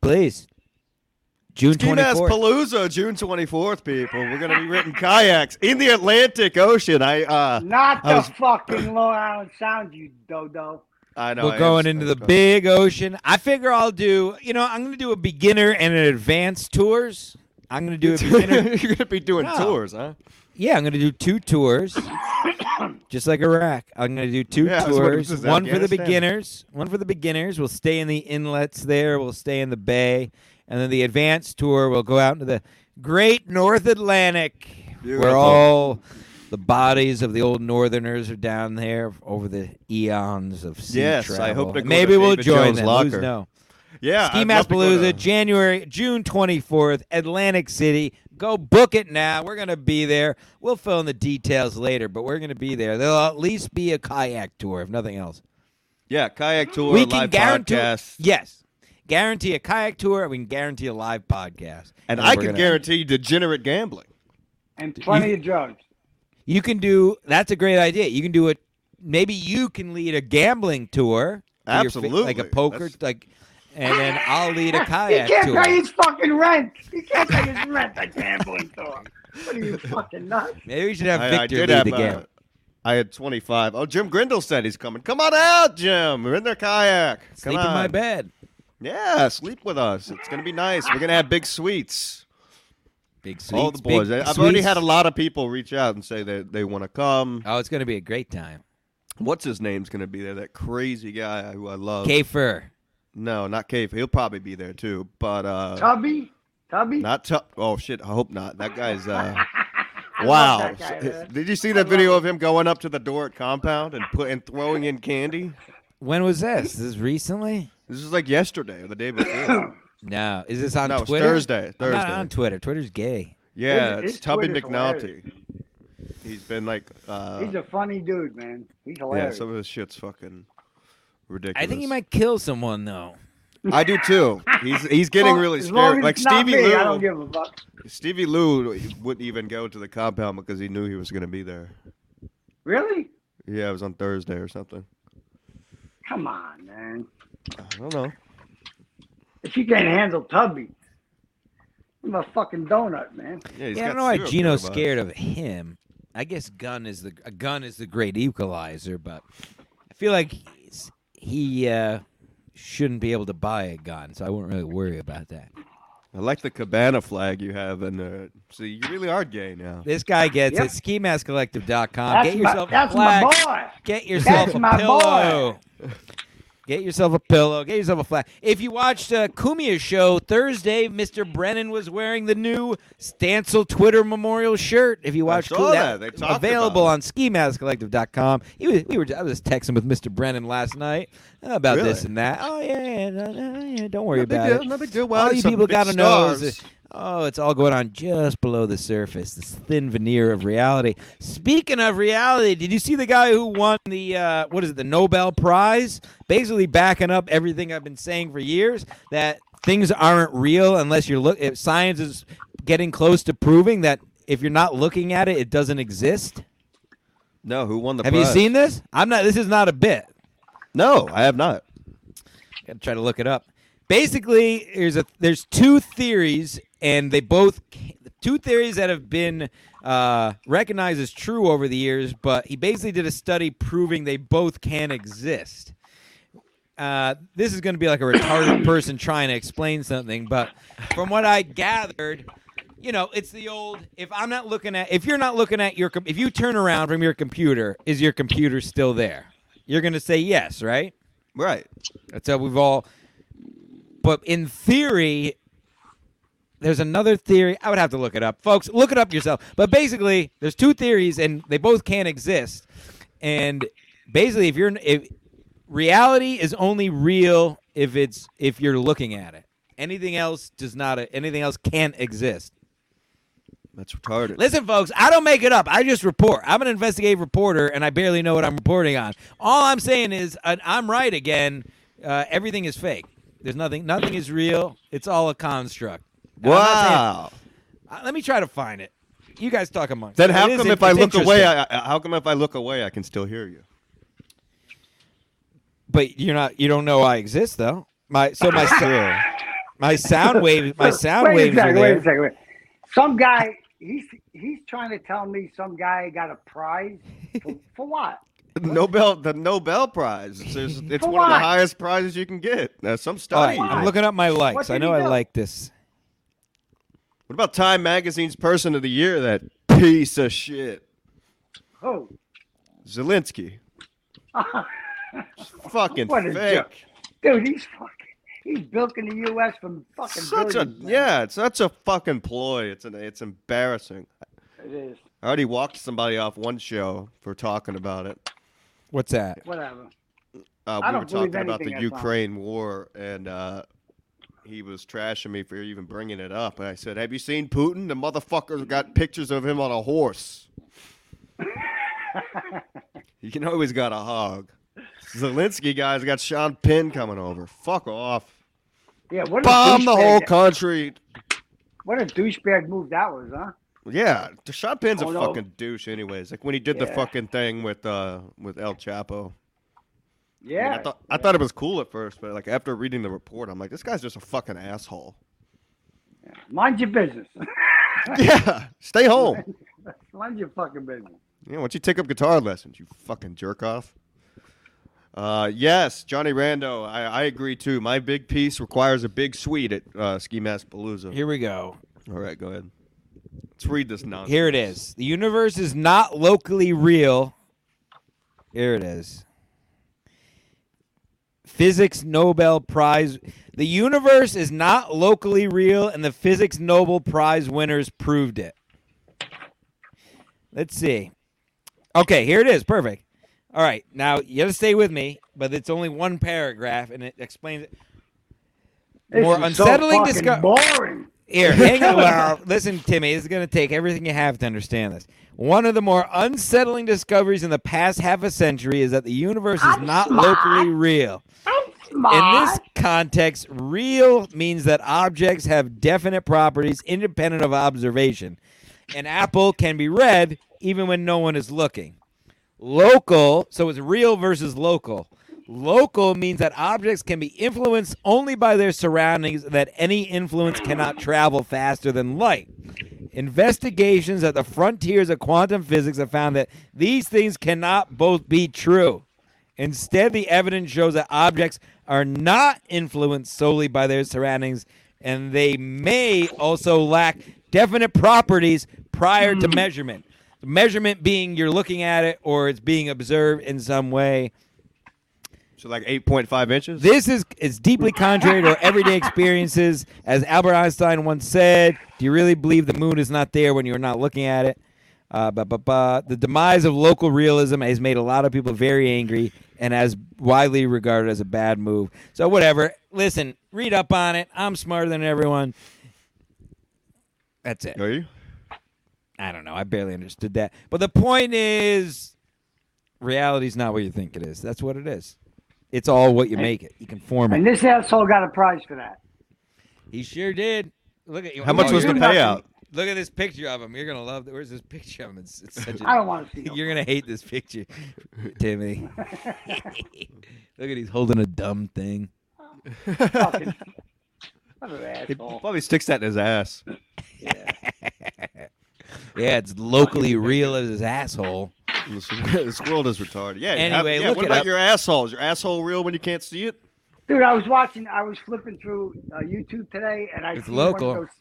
B: Please, June
A: Ski
B: twenty
A: Mask
B: fourth.
A: Palooza, June 24th, people. We're going to be renting kayaks in the Atlantic Ocean. I uh,
C: not
A: I
C: the
A: was-
C: fucking Long Island Sound, you dodo.
A: I know. I
B: We're
A: am-
B: going into
A: I'm
B: the
A: sorry.
B: big ocean. I figure I'll do. You know, I'm going to do a beginner and an advanced tours. I'm going to do a beginner.
A: You're going to be doing
B: No.
A: tours, huh?
B: Yeah, I'm gonna do two tours, just like Iraq. I'm gonna do two
A: Yeah, I was wondering,
B: tours.
A: this is
B: One for the
A: Afghanistan.
B: beginners. One for the beginners. We'll stay in the inlets there. We'll stay in the bay, and then the advanced tour. We'll go out into the Great North Atlantic, where
A: Beautiful.
B: all the bodies of the old Northerners are down there over the eons of sea
A: Yes, I
B: travel.
A: hope to go
B: Maybe
A: to
B: we'll
A: David
B: join
A: Jones'
B: them. Who's
A: locker.
B: know?
A: Yeah.
B: Ski
A: I'd
B: Mask
A: love to go
B: Palooza,
A: to-
B: January, June 24th, Atlantic City. Go book it now. We're going to be there. We'll fill in the details later, but we're going to be there. There'll at least be a kayak tour, if nothing else.
A: Yeah, kayak tour,
B: we can
A: live
B: guarantee.
A: podcast.
B: Yes. Guarantee a kayak tour. We can guarantee a live podcast.
A: And
B: then
A: I
B: we're
A: can
B: gonna-
A: guarantee you degenerate gambling.
C: And plenty of drugs.
B: You can do, that's a great idea. You can do it. Maybe you can lead a gambling tour. for your fa- Like a
A: Absolutely.
B: poker,
A: That's-
B: like, and then I'll lead a
C: He
B: kayak
C: can't
B: tour.
C: pay his fucking rent. He can't pay his rent at gambling store. What are you fucking nuts?
B: Maybe we should have
A: I, I
B: Victor
A: did
B: lead
A: have.
B: the
A: uh,
B: game.
A: I had 25. Oh, Jim Grindle said he's coming. Come on out, Jim. We're in their kayak. Come
B: Sleep in my
A: on.
B: bed.
A: Yeah, sleep with us. It's gonna be nice. We're gonna have big suites.
B: Big sweets.
A: All the boys.
B: big
A: I- I've already
B: sweets.
A: had a lot of people reach out and say that they want to come.
B: Oh, it's gonna be a great time.
A: What's his name's gonna be there? That crazy guy who I love.
B: Kafer.
A: No, not Cave. He'll probably be there too. But uh,
C: Tubby? Tubby?
A: not tough. Oh shit! I hope not. That guy's. Uh,
C: I love
A: wow.
C: that guy, man.
A: Did you see that video of him going up to the door at compound and put and throwing in candy?
B: When was this? Is this recently?
A: This is like yesterday or the day before.
B: No. Is this on
A: No, it's
B: Twitter?
A: Thursday,
B: I'm not
A: Thursday.
B: on Twitter. Twitter's gay.
A: yeah,
C: His-
A: it's
C: his
A: Tubby
C: Twitter's
A: McNulty. He's been like, uh,
C: He's a funny dude, man. He's
A: yeah,
C: hilarious.
A: some of this shit's fucking ridiculous.
B: I think he might kill someone though.
A: I do too. He's he's getting
C: Well,
A: really
C: as long
A: scared.
C: as
A: Like
C: it's not
A: Stevie
C: me, I don't
A: Lou,
C: give a fuck.
A: Stevie Lou wouldn't even go to the compound because he knew he was going to be there.
C: Really?
A: Yeah, it was on Thursday or something.
C: Come on, man.
A: I don't know.
C: If you can't handle Tubby, I'm a fucking donut, man.
A: Yeah, he's
B: yeah, I
A: got
B: don't know why
A: serial
B: Gino's
A: killer vibes.
B: scared of him. I guess gun is the a gun is the great equalizer, but I feel like he's, he uh, shouldn't be able to buy a gun, so I wouldn't really worry about that.
A: I like the cabana flag you have, and uh, see, you really are gay now.
B: This guy gets
C: Yep.
B: it.
A: Uh,
B: SkiMaskCollective.com.
C: That's
B: Get yourself
C: my, that's
B: a flag.
C: my boy.
B: Get yourself
C: That's
B: a
C: my
B: pillow. Get yourself a pillow. Get yourself a flat. If you watched uh, Kumia's show Thursday, Mr. Brennan was wearing the new Stancil Twitter Memorial shirt. If you watched
A: saw
B: Ku-
A: that. They talked
B: available
A: about it.
B: on SkiMaskCollective.com. He was, we were I was texting with Mr. Brennan last night about
A: Really?
B: this and that. Oh yeah, yeah, no, no, yeah, don't worry
A: No big
B: about
A: deal,
B: it.
A: no big deal. Wow,
B: All you
A: some
B: people
A: big
B: gotta know is.
A: stars.
B: that- Oh, it's all going on just below the surface, this thin veneer of reality. Speaking of reality, did you see the guy who won the uh, what is it, the Nobel Prize? Basically backing up everything I've been saying for years that things aren't real unless you're look. If science is getting close to proving that if you're not looking at it, it doesn't exist.
A: No, who won the
B: Have you
A: prize?
B: seen this? I'm not. This is not a bit.
A: No, I have not.
B: Gotta try to look it up. Basically, there's a there's two theories, and they both ca- two theories that have been uh, recognized as true over the years. But he basically did a study proving they both can exist. Uh, this is going to be like a retarded person trying to explain something, but from what I gathered, you know, it's the old if I'm not looking at if you're not looking at your com- if you turn around from your computer, is your computer still there? You're going to say yes, right?
A: Right.
B: That's how we've all. But in theory, there's another theory. I would have to look it up, folks. Look it up yourself. But basically, there's two theories, and they both can't exist. And basically, if you're if reality is only real if it's if you're looking at it. Anything else does not. Anything else can't exist.
A: That's retarded.
B: Listen, folks, I don't make it up. I just report. I'm an investigative reporter, and I barely know what I'm reporting on. All I'm saying is uh, I'm right again. Uh, everything is fake. There's nothing. Nothing is real. It's all a construct. And I'm not saying-
A: wow.
B: uh, let me try to find it. You guys talk amongst.
A: Then
B: it
A: how
B: is
A: come
B: in-
A: if I
B: it's
A: look away,
B: interesting.
A: I, I- how come if I look away, I can still hear you?
B: but you're not. You don't know I exist though. My so my so- my sound waves. My sound
C: wait
B: waves
C: a second,
B: are
C: wait
B: there.
C: a second. Wait. Some guy, he's he's trying to tell me some guy got a prize for, for what?
A: Nobel, the Nobel Prize. It's, it's it's one of the
C: Why?
A: highest prizes you can get. Uh, some
B: All
A: study.
B: right, I'm looking up my likes. I
C: did
B: know
C: he
B: I
C: do?
B: like this.
A: What about Time Magazine's Person of the Year? That piece of shit,
C: Oh,
A: Zelensky. Fucking
C: What a
A: fake.
C: joke. dude, he's fucking. He's built in the U.S. from fucking.
A: Such a
C: billions, man.
A: yeah, it's such a fucking ploy. It's an, it's embarrassing.
C: It is.
A: I already walked somebody off one show for talking about it.
B: What's that?
C: Whatever.
A: Uh,
C: I
A: we were
C: don't believe
A: talking about the
C: anything I found.
A: Ukraine war, and uh, he was trashing me for even bringing it up. And I said, "Have you seen Putin? The motherfucker's got pictures of him on a horse. you can always got a hog." Zelensky guy's got Sean Penn coming over. Fuck off.
C: Yeah. What a
A: Bomb the
C: douchebag
A: whole
C: that-
A: country.
C: What a douchebag move that was, huh?
A: Yeah, Sean Penn's a
C: Oh, no.
A: fucking douche, anyways. Like when he did the
C: Yeah.
A: fucking thing with uh with El Chapo. I,
C: Yeah.
A: mean, I thought I thought it was cool at first, but like after reading the report, I'm like, this guy's just a fucking asshole.
C: Mind your business.
A: Yeah, stay home.
C: Mind your fucking business.
A: Yeah, why don't you take up guitar lessons, you fucking jerk off? Uh, yes, Johnny Rando, I, I agree too. My big piece requires a big suite at uh, Ski Mask Palooza.
B: Here we go.
A: All right, go ahead. Let's read this nonsense.
B: Here it is. The universe is not locally real. Here it is. Physics Nobel Prize. The universe is not locally real, and the Physics Nobel Prize winners proved it. Let's see. Okay, here it is. Perfect. All right. Now, you got to stay with me, but it's only one paragraph, and it explains it.
C: This
B: More
C: is so
B: unsettling
C: fucking
B: disco-
C: Boring.
B: Here, hang on. Well, listen, Timmy, this is going to take everything you have to understand this. One of the more unsettling discoveries in the past half a century is that the universe is
C: I'm
B: not
C: smart.
B: locally real.
C: I'm
B: In
C: smart.
B: this context, real means that objects have definite properties independent of observation. An apple can be read even when no one is looking. Local, so it's real versus local. Local means that objects can be influenced only by their surroundings, that any influence cannot travel faster than light. Investigations at the frontiers of quantum physics have found that these things cannot both be true. Instead, the evidence shows that objects are not influenced solely by their surroundings, and they may also lack definite properties prior to measurement. Measurement being you're looking at it or it's being observed in some way.
A: So like eight point five inches.
B: This is is deeply contrary to our everyday experiences. As Albert Einstein once said, "Do you really believe the moon is not there when you are not looking at it?" Uh, but, but, but the demise of local realism has made a lot of people very angry and as widely regarded as a bad move. So whatever. Listen, read up on it. I'm smarter than everyone. That's it.
A: Are you?
B: I don't know. I barely understood that. But the point is, reality's not what you think it is. That's what it is. It's all what you make it. You can form
C: And
B: it.
C: this asshole got a prize for that.
B: He sure did. Look at you.
A: How much
B: oh,
A: was the
B: you're-
A: payout?
B: Look at this picture of him. You're gonna love. Where's this picture of him? It's, it's such a.
C: I don't want to see no
B: You're gonna hate this picture, Timmy. Look at he's holding a dumb thing.
C: fucking. What an asshole.
A: Probably sticks that in his ass.
B: Yeah, it's locally real as his asshole.
A: This, this world is retarded. Yeah.
B: Anyway,
A: yeah,
B: look
A: what
B: it
A: about
B: up.
A: your asshole? Is your asshole real when you can't see it?
C: Dude, I was watching, I was flipping through uh, YouTube today and I
B: It's
C: seen
B: local.
C: One of those,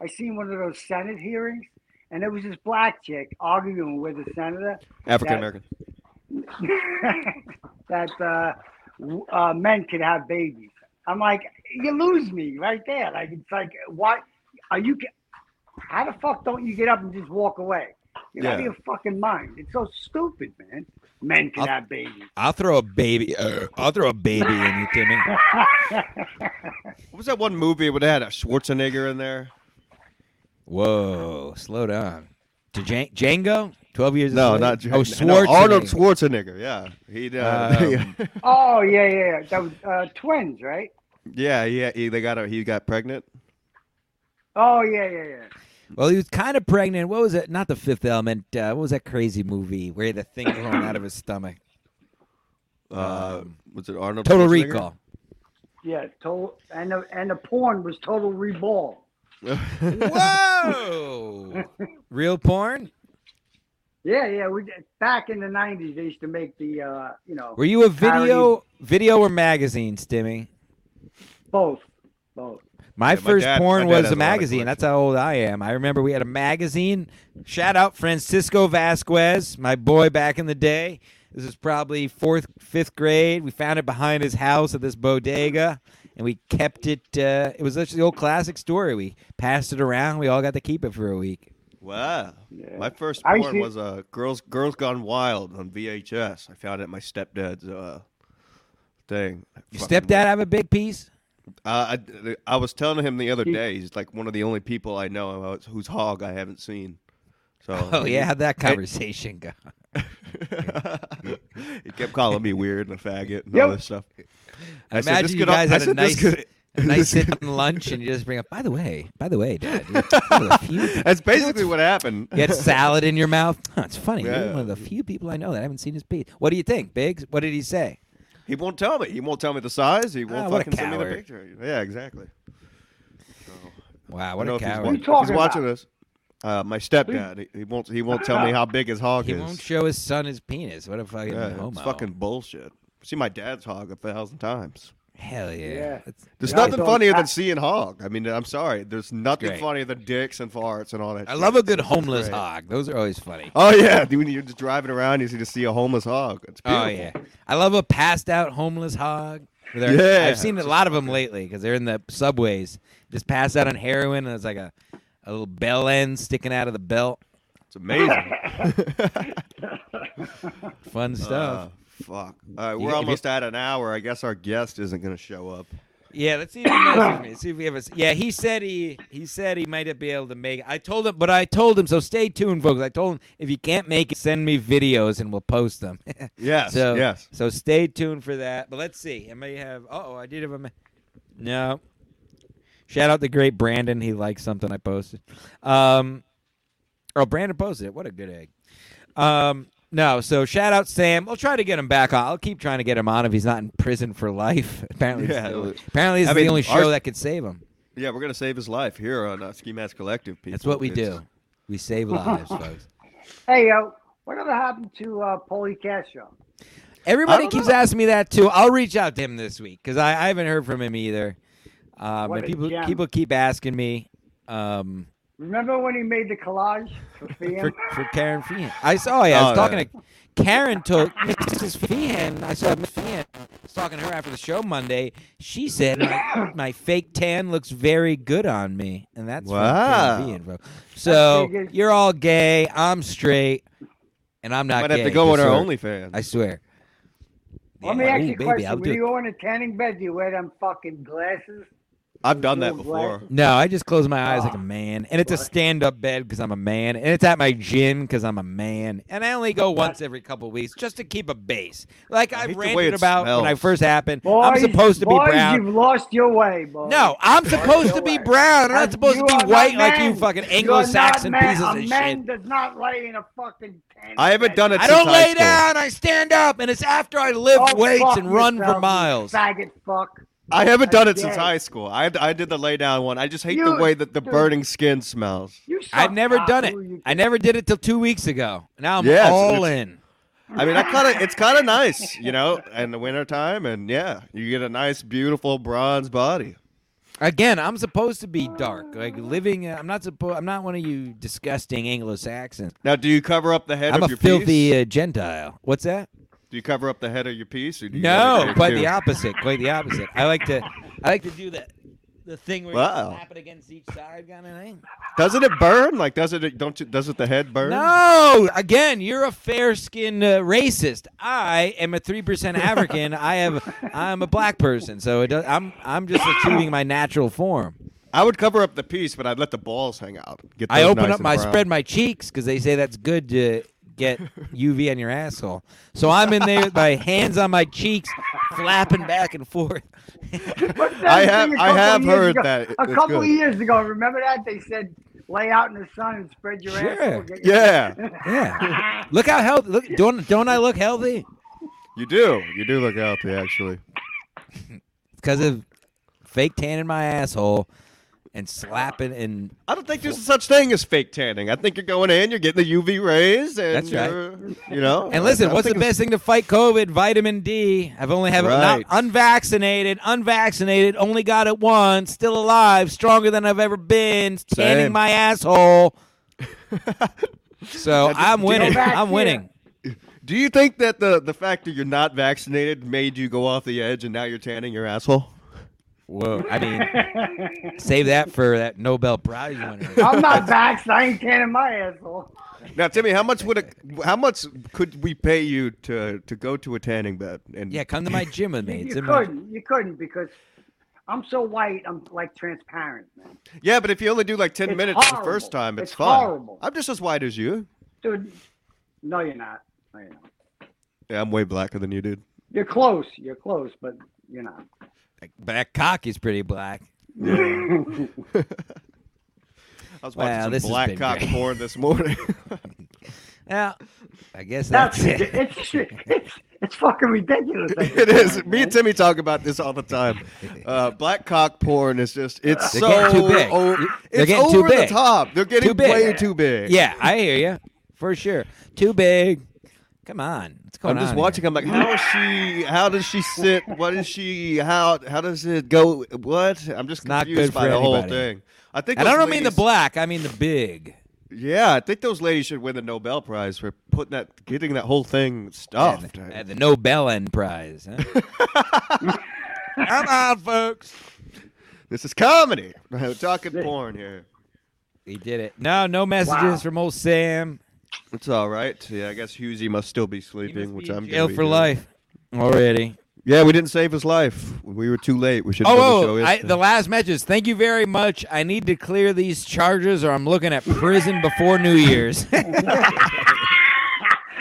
C: I seen one of those Senate hearings and there was this black chick arguing with the senator
A: African American.
C: that uh, w- uh, men could have babies. I'm like, you lose me right there. Like it's like, why are you? ca- How the fuck don't you get up and just walk away? You're out of
A: Yeah.
C: your fucking mind. It's so stupid, man. Men can
B: I'll-
C: have babies.
B: I'll throw a baby. Uh, I'll throw a baby in you, Timmy.
A: What was that one movie where they had a Schwarzenegger in there?
B: Whoa, slow down. To Jan- Django, twelve years. a
A: No,
B: slave?
A: not Jack-
B: Oh,
A: no,
B: Schwarzenegger.
A: Arnold Schwarzenegger. Yeah, he. Uh,
B: Um,
C: oh yeah, yeah. yeah. That was uh, twins, right?
A: yeah, yeah. He, they got a, he got pregnant.
C: Oh yeah, yeah, yeah.
B: Well, he was kind of pregnant. What was it? Not the Fifth Element. Uh, what was that crazy movie where he had the thing growing out of his stomach?
A: Uh, was it Arnold?
B: Um, Total
A: Schwarzenegger?
B: Recall.
C: Yeah, to- and the and the porn was total reball.
B: Whoa! Real porn?
C: Yeah, yeah. We back in the '90s, they used to make the uh, you know
B: Were you a video, video or magazine, Stimmy?
C: both, both.
B: My
A: Yeah, my
B: first
A: dad-
B: porn
A: my dad has
B: was
A: a
B: a
A: lot of
B: magazine. That's how old I am. I remember we had a magazine. Shout out Francisco Vasquez, my boy back in the day. This is probably fourth, fifth grade. We found it behind his house at this bodega, and we kept it. Uh, it was actually the old classic story. We passed it around. We all got to keep it for a week.
A: Wow.
C: Yeah.
A: My first
C: I used
A: porn
C: to-
A: was uh, Girls Girls Gone Wild on VHS. I found it at my stepdad's uh, thing.
B: Your
A: Fucking
B: stepdad have a big piece?
A: Uh, I, I was telling him the other
C: He-
A: day, he's like one of the only people I know about whose hog I haven't seen. So
B: Oh yeah, how'd that conversation go?
A: he kept calling me weird and a faggot and all
C: Yep.
A: this stuff. I said,
B: Imagine
A: "This
B: you
A: could al-
B: guys
A: I
B: had a
A: said, "This
B: nice,
A: could-
B: a nice
A: this
B: sit
A: could-
B: down lunch, and you just bring up. By the way, by the way, Dad, you're one of the few
A: That's basically what happened.
B: You had salad in your mouth. Huh, it's funny. You're
A: Yeah.
B: one of the few people I know that haven't seen his pee. What do you think, Biggs? What did he say?
A: He won't tell me. He won't tell me the size. He won't
B: Ah, what a
A: fucking send me the
B: coward.
A: picture. Yeah, exactly.
B: Wow, what
A: I
B: a
A: don't know if
B: coward.
A: he's wa-
C: What
A: If
C: are
A: he's,
C: you talking
A: watching
C: about?
A: this, uh, my stepdad. He, he won't. He won't tell me how big his hog
B: he
A: is.
B: won't show his son his penis. What a fucking
A: Yeah,
B: homo.
A: it's fucking bullshit. See my dad's hog a thousand times.
B: Hell yeah.
C: Yeah.
B: That's-
A: There's
C: Yeah,
A: nothing
C: so-
A: funnier than seeing hog. I mean, I'm sorry. There's nothing
B: great.
A: funnier than dicks and farts and all that.
B: I
A: shit.
B: love a good homeless
A: great.
B: hog. Those are always funny.
A: Oh yeah, dude, when you're just driving around, you see just see a homeless hog. It's beautiful.
B: Oh yeah, I love a passed out homeless hog. They're-
A: Yeah.
B: I've seen a lot of them lately because they're in the subways, just passed out on heroin, and it's like a, a little bell end sticking out of the belt.
A: it's amazing.
B: Fun
A: Uh,
B: stuff.
A: fuck. All right,
B: if
A: we're
B: you-
A: almost at an hour. I guess our guest isn't gonna show up.
B: Yeah, let's see if he messaged me. See if we have a. Yeah, he said he he said he might be able to make. it. I told him, but I told him so. Stay tuned, folks. I told him if you can't make it, send me videos and we'll post them.
A: Yes,
B: so
A: yes.
B: So stay tuned for that. But let's see. I may have. Oh, I did have a. me- No. Shout out the great Brandon. He liked something I posted. Um, oh, Brandon posted it. What a good egg. Um, no, so shout out Sam. I'll try to get him back on. I'll keep trying to get him on if he's not in prison for life. Apparently,
A: Yeah,
B: it's the,
A: look.
B: apparently it's
A: I
B: the
A: mean,
B: only
A: our-
B: show that could save him.
A: Yeah, we're gonna save his life here on uh, Ski Mask Collective. People.
B: That's what we
A: It's-
B: do. We save lives, folks.
C: Hey yo, whatever happened to uh, Paulie Castro?
B: Everybody
A: don't
B: keeps
A: know.
B: asking me that too. I'll reach out to him this week because I, I haven't heard from him either. Um,
C: What
B: and
C: a
B: people
C: gem.
B: people keep asking me. Um,
C: Remember when he made the collage for Fam?
B: for, for Karen Feehan. I saw. Yeah, I was
A: Oh,
B: talking
A: yeah.
B: to Karen told Mrs. Feehan. I saw Miss Feehan. I was talking to her after the show Monday. She said my, my fake tan looks very good on me, and that's from
A: Wow.
B: Karen Feehan, bro. So
C: figured.
B: you're all gay. I'm straight, and I'm not.
A: Might
B: gay,
A: have to go on
B: just
A: our
B: so-
A: OnlyFans.
B: I swear.
C: Let me
B: Yeah,
C: ask
B: ooh,
C: you a
B: baby,
C: question.
B: I'll
C: when
B: do it.
C: you go in a tanning bed, do you wear them fucking glasses?
A: I've done that
C: Little
A: before.
C: glasses?
B: No, I just close my eyes like a
C: Ah,
B: man, and it's a
C: boy.
B: stand-up bed because I'm a man, and it's at my gym because I'm a man, and I only go once every couple weeks just to keep a base. Like
A: hate
B: I,
A: the way
B: ranted
A: it
B: about when I
A: smells.
B: first happened. I'm
C: Boys-
B: supposed to be
C: boys,
B: brown.
C: You've lost your way, boy.
B: No, I'm supposed
C: you're
B: to be
C: right.
B: brown. I'm not
C: Uh,
B: supposed to
C: you
B: be
C: are not
B: white like you
C: men.
B: fucking
C: You are
B: Anglo-Saxon
C: not men.
B: pieces
C: a
B: of
C: man
B: shit.
C: does not lay in a fucking tanning
A: I haven't
C: bed.
A: done it
B: I don't
A: since high
B: lay
A: school.
B: down. I stand up, and it's after I lift
C: Go
B: weights
C: "Oh, fuck
B: and run
C: yourself,
B: for
C: you
B: miles.
C: Faggot fuck.
A: I haven't done it since
C: Again.
A: high school. I, I did the lay down one. I just hate
C: You-
A: the way that the
C: dude.
A: burning skin smells.
C: You suck
B: I've never
C: cock,
B: done it.
C: who you-
B: I never did it till two weeks ago. Now I'm
A: Yes, and
B: all
A: it's-
B: in.
A: I mean, I kind of it's kind of nice, you know, in the wintertime, and yeah, you get a nice, beautiful bronze body.
B: Again, I'm supposed to be dark. Like living, uh, I'm not supposed. I'm not one of you disgusting Anglo-Saxons.
A: Now, do you cover up the head
B: I'm
A: of
B: a
A: your
B: filthy
A: piece?
B: uh, Gentile. What's that?
A: Do you cover up the head of your piece? Or do you let it
B: No,
A: go
B: quite
A: too?
B: the opposite. Quite the opposite. I like to. I like to do that. The thing where
A: Wow.
B: you slap it against each side, kind of thing.
A: Doesn't it burn? Like, doesn't it? Don't you? Doesn't the head burn?
B: No, again, you're a fair-skinned uh, racist. I am a three percent African. I have. I'm a black person, so it does, I'm. I'm just achieving my natural form.
A: I would cover up the piece, but I'd let the balls hang out. Get
B: I
A: those
B: open
A: nice
B: up
A: and
B: my
A: brown.
B: spread my cheeks because they say that's good to get UV on your asshole. So I'm in there with my hands on my cheeks, flapping back and forth.
C: What's that
A: I
C: thing
A: have-
C: a
A: I
C: couple of
A: have
C: years
A: heard
C: ago-
A: that.
C: A
A: It's
C: couple
A: good.
C: years ago, remember that they said lay out in the sun and spread your
B: Sure.
C: ass. and get your-
A: Yeah,
B: yeah, look how healthy. Look, don't don't I look healthy?
A: you do. You do look healthy, actually.
B: Because of fake tan in my asshole and slapping and
A: I don't think there's such thing as fake tanning. I think you're going in, you're getting the UV rays, and
B: That's right.
A: you're- You know.
B: and listen.
A: I
B: What's the
A: think it's-
B: best thing to fight COVID? Vitamin D. I've only have not
A: Right.
B: unvaccinated, unvaccinated. Only got it once. Still alive, stronger than I've ever been. Tanning
A: Same.
B: my asshole. So I'm winning.
C: back
B: I'm
C: here.
B: winning.
A: Do you think that the the fact that you're not vaccinated made you go off the edge, and now you're tanning your asshole?
B: Whoa! I mean, save that for that Nobel Prize winner.
C: I'm not vaxxed. I ain't tanning my asshole.
A: Now, Timmy, how much would it? How much could we pay you to to go to a tanning bed? And
B: Yeah, come to my gym with me.
C: You
B: It's in my-
C: couldn't. You couldn't because I'm so white. I'm like transparent, man.
A: yeah, but if you only do like ten
C: It's
A: minutes the
C: horrible.
A: first time, it's,
C: It's
A: fine.
C: horrible.
A: I'm just as white as you.
C: Dude, no, you're not. No, you're not.
A: Yeah, I'm way blacker than you, dude.
C: You're close. You're close, but you're not.
B: but that cock is pretty black.
A: I was
B: Wow,
A: watching
B: this
A: some
B: has
A: black
B: been
A: cock
B: great.
A: porn this morning.
B: Yeah, I guess that's,
C: That's
B: it.
C: it's, it's it's fucking ridiculous. at
A: it
C: this
A: is.
C: point,
A: Me and
C: man.
A: Timmy talk about this all the time. Uh, black cock porn is just it's
B: They're
A: so
B: getting too big.
A: o-
B: They're
A: it's
B: getting too
A: over
B: big.
A: the top. They're getting
B: Too big.
A: way too big.
B: Yeah, I hear you for sure. Too big. Come on, what's going
A: I'm just
B: on
A: watching.
B: Here?
A: I'm like, how is she? How does she sit? What is she? How how does it go? What? I'm just confused
B: not good
A: by
B: for
A: the whole
B: anybody.
A: thing. I think.
B: And I
A: those
B: don't mean the
A: ladies-
B: black. I mean the big.
A: Yeah, I think those ladies should win the Nobel Prize for putting that, getting that whole thing
B: Yeah,
A: stuffed.
B: the, uh, the Nobel End Prize. Huh? I'm out, folks.
A: this is comedy. We're talking porn here.
B: He did it. No, no messages
C: Wow.
B: from old Sam.
A: It's all right. Yeah, I guess Husey must still be
B: He
A: sleeping,
B: must
A: which
B: be in
A: I'm gonna
B: jail
A: be
B: for
A: doing.
B: life already.
A: Yeah, we didn't save his life. We were too late. We should. have done the
B: Oh,
A: show
B: oh I,
A: yesterday.
B: the last message. Thank you very much. I need to clear these charges, or I'm looking at prison before New Year's.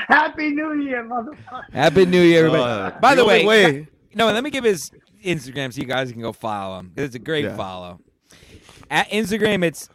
C: Happy New Year, motherfucker.
B: Happy New Year, everybody.
A: Uh,
B: By the,
A: the
B: way,
A: only way-
B: no, let me give his Instagram so you guys can go follow him. It's a great
A: Yeah.
B: follow. At Instagram, it's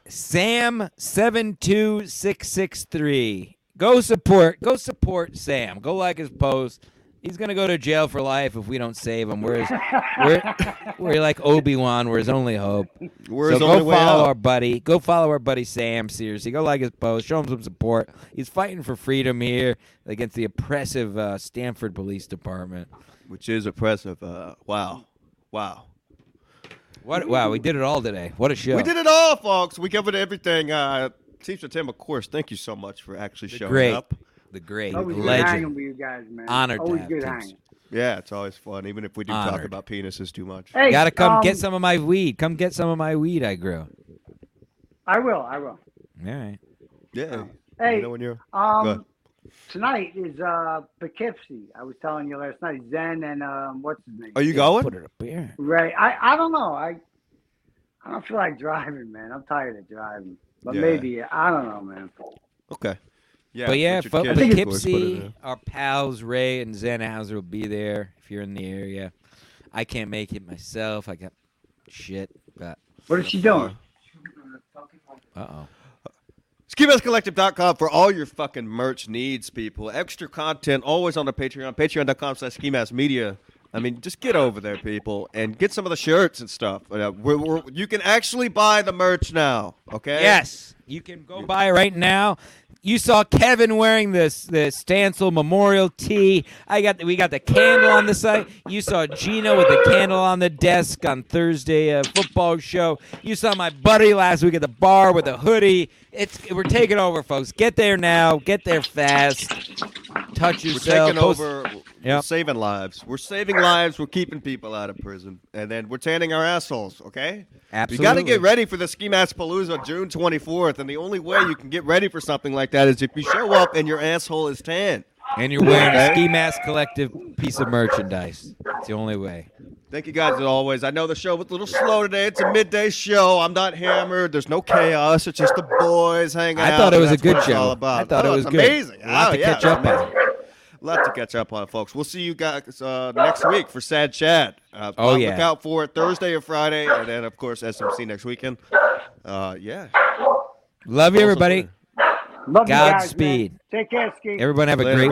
B: Sam72663. Go support, go support Sam. Go like his post. He's gonna go to jail for life if we don't save him. We're his, we're, we're like Obi Wan. We're his only hope.
A: We're
B: so
A: his
B: go
A: only way
B: follow
A: out.
B: our buddy. Go follow our buddy Sam. Seriously, go like his post. Show him some support. He's fighting for freedom here against the oppressive uh, Stanford Police Department.
A: which is oppressive. Uh, wow, wow.
B: What? Wow, we did it all today. What a show!
A: We did it all, folks. We covered everything. Uh, Teacher Tim, of course, thank you so much for actually showing
B: great,
A: up.
B: the great
A: Oh,
C: Always good hanging
B: legend.
C: with you guys, man.
B: Honored to
C: Always
B: have
C: good
B: Tim.
C: hanging.
A: Yeah, it's always fun, even if we do talk
B: Honored.
A: about penises too much.
C: Hey,
B: Gotta come
C: um,
B: get some of my weed. Come get some of my weed I grew. All
C: I will. I will.
B: right.
A: Yeah.
C: Hey,
A: You know when you're Go ahead.
C: Um, tonight is uh Poughkeepsie. I was telling you last night. Zen and um, what's his name?
A: Are you going?
B: Put it up here.
C: Right. I I don't know. I I don't feel like driving, man. I'm tired of driving. But
A: Yeah.
C: maybe I don't know, man.
A: Okay. Yeah.
B: but yeah,
A: Richard
B: fo-
A: Kidd, of course, put it
B: Poughkeepsie,
A: in.
B: our pals Ray and Zenhauser will be there if you're in the area. I can't make it myself. I got shit, but
C: What is she doing?
B: uh oh.
A: SkiMaskCollective.com for all your fucking merch needs, people. Extra content always on the Patreon. Patreon.com slash SkiMaskMedia. I mean, just get over there, people, and get some of the shirts and stuff. Uh, we're, we're, you can actually buy the merch now, okay?
B: Yes, you can go buy it right now. You saw Kevin wearing this the Stancil Memorial tee. I got the, we got the candle on the side. You saw Gino with the candle on the desk on Thursday uh, football show. You saw my buddy last week at the bar with a hoodie. It's we're taking over, folks. Get there now. Get there fast. Touch
A: We're
B: yourself.
A: taking
B: uh, Post-
A: over. We're
B: Yep.
A: saving lives. We're saving lives. We're keeping people out of prison. And then we're tanning our assholes, okay? You got to
B: Absolutely.
A: get ready for the Ski Mask Palooza June 24th. And the only way you can get ready for something like that is if you show up and your asshole is tanned.
B: And you're wearing
A: Okay.
B: a Ski Mask Collective piece of merchandise. It's the only way.
A: Thank you guys as always. I know the show was a little slow today. It's a midday show. I'm not hammered. There's no chaos. It's just the boys hanging out.
B: I thought it was a
A: That's what
B: good
A: it's all
B: show.
A: about.
B: I thought
A: Oh,
B: it was
A: it's
B: good.
A: amazing.
B: A lot
A: Oh,
B: to
A: yeah,
B: catch
A: it's
B: up on.
A: amazing. lot to catch up on, folks. We'll see you guys uh, next week for Sad Chat. Uh,
B: Oh,
A: look
B: yeah.
A: out for it Thursday or Friday, and then of course SMC next weekend. Uh, yeah,
B: Love you, everybody.
A: Awesome.
C: Love you guys, man.
B: Godspeed.
C: Take care, Ski.
B: Everyone have a
A: Later,
B: great
A: bro.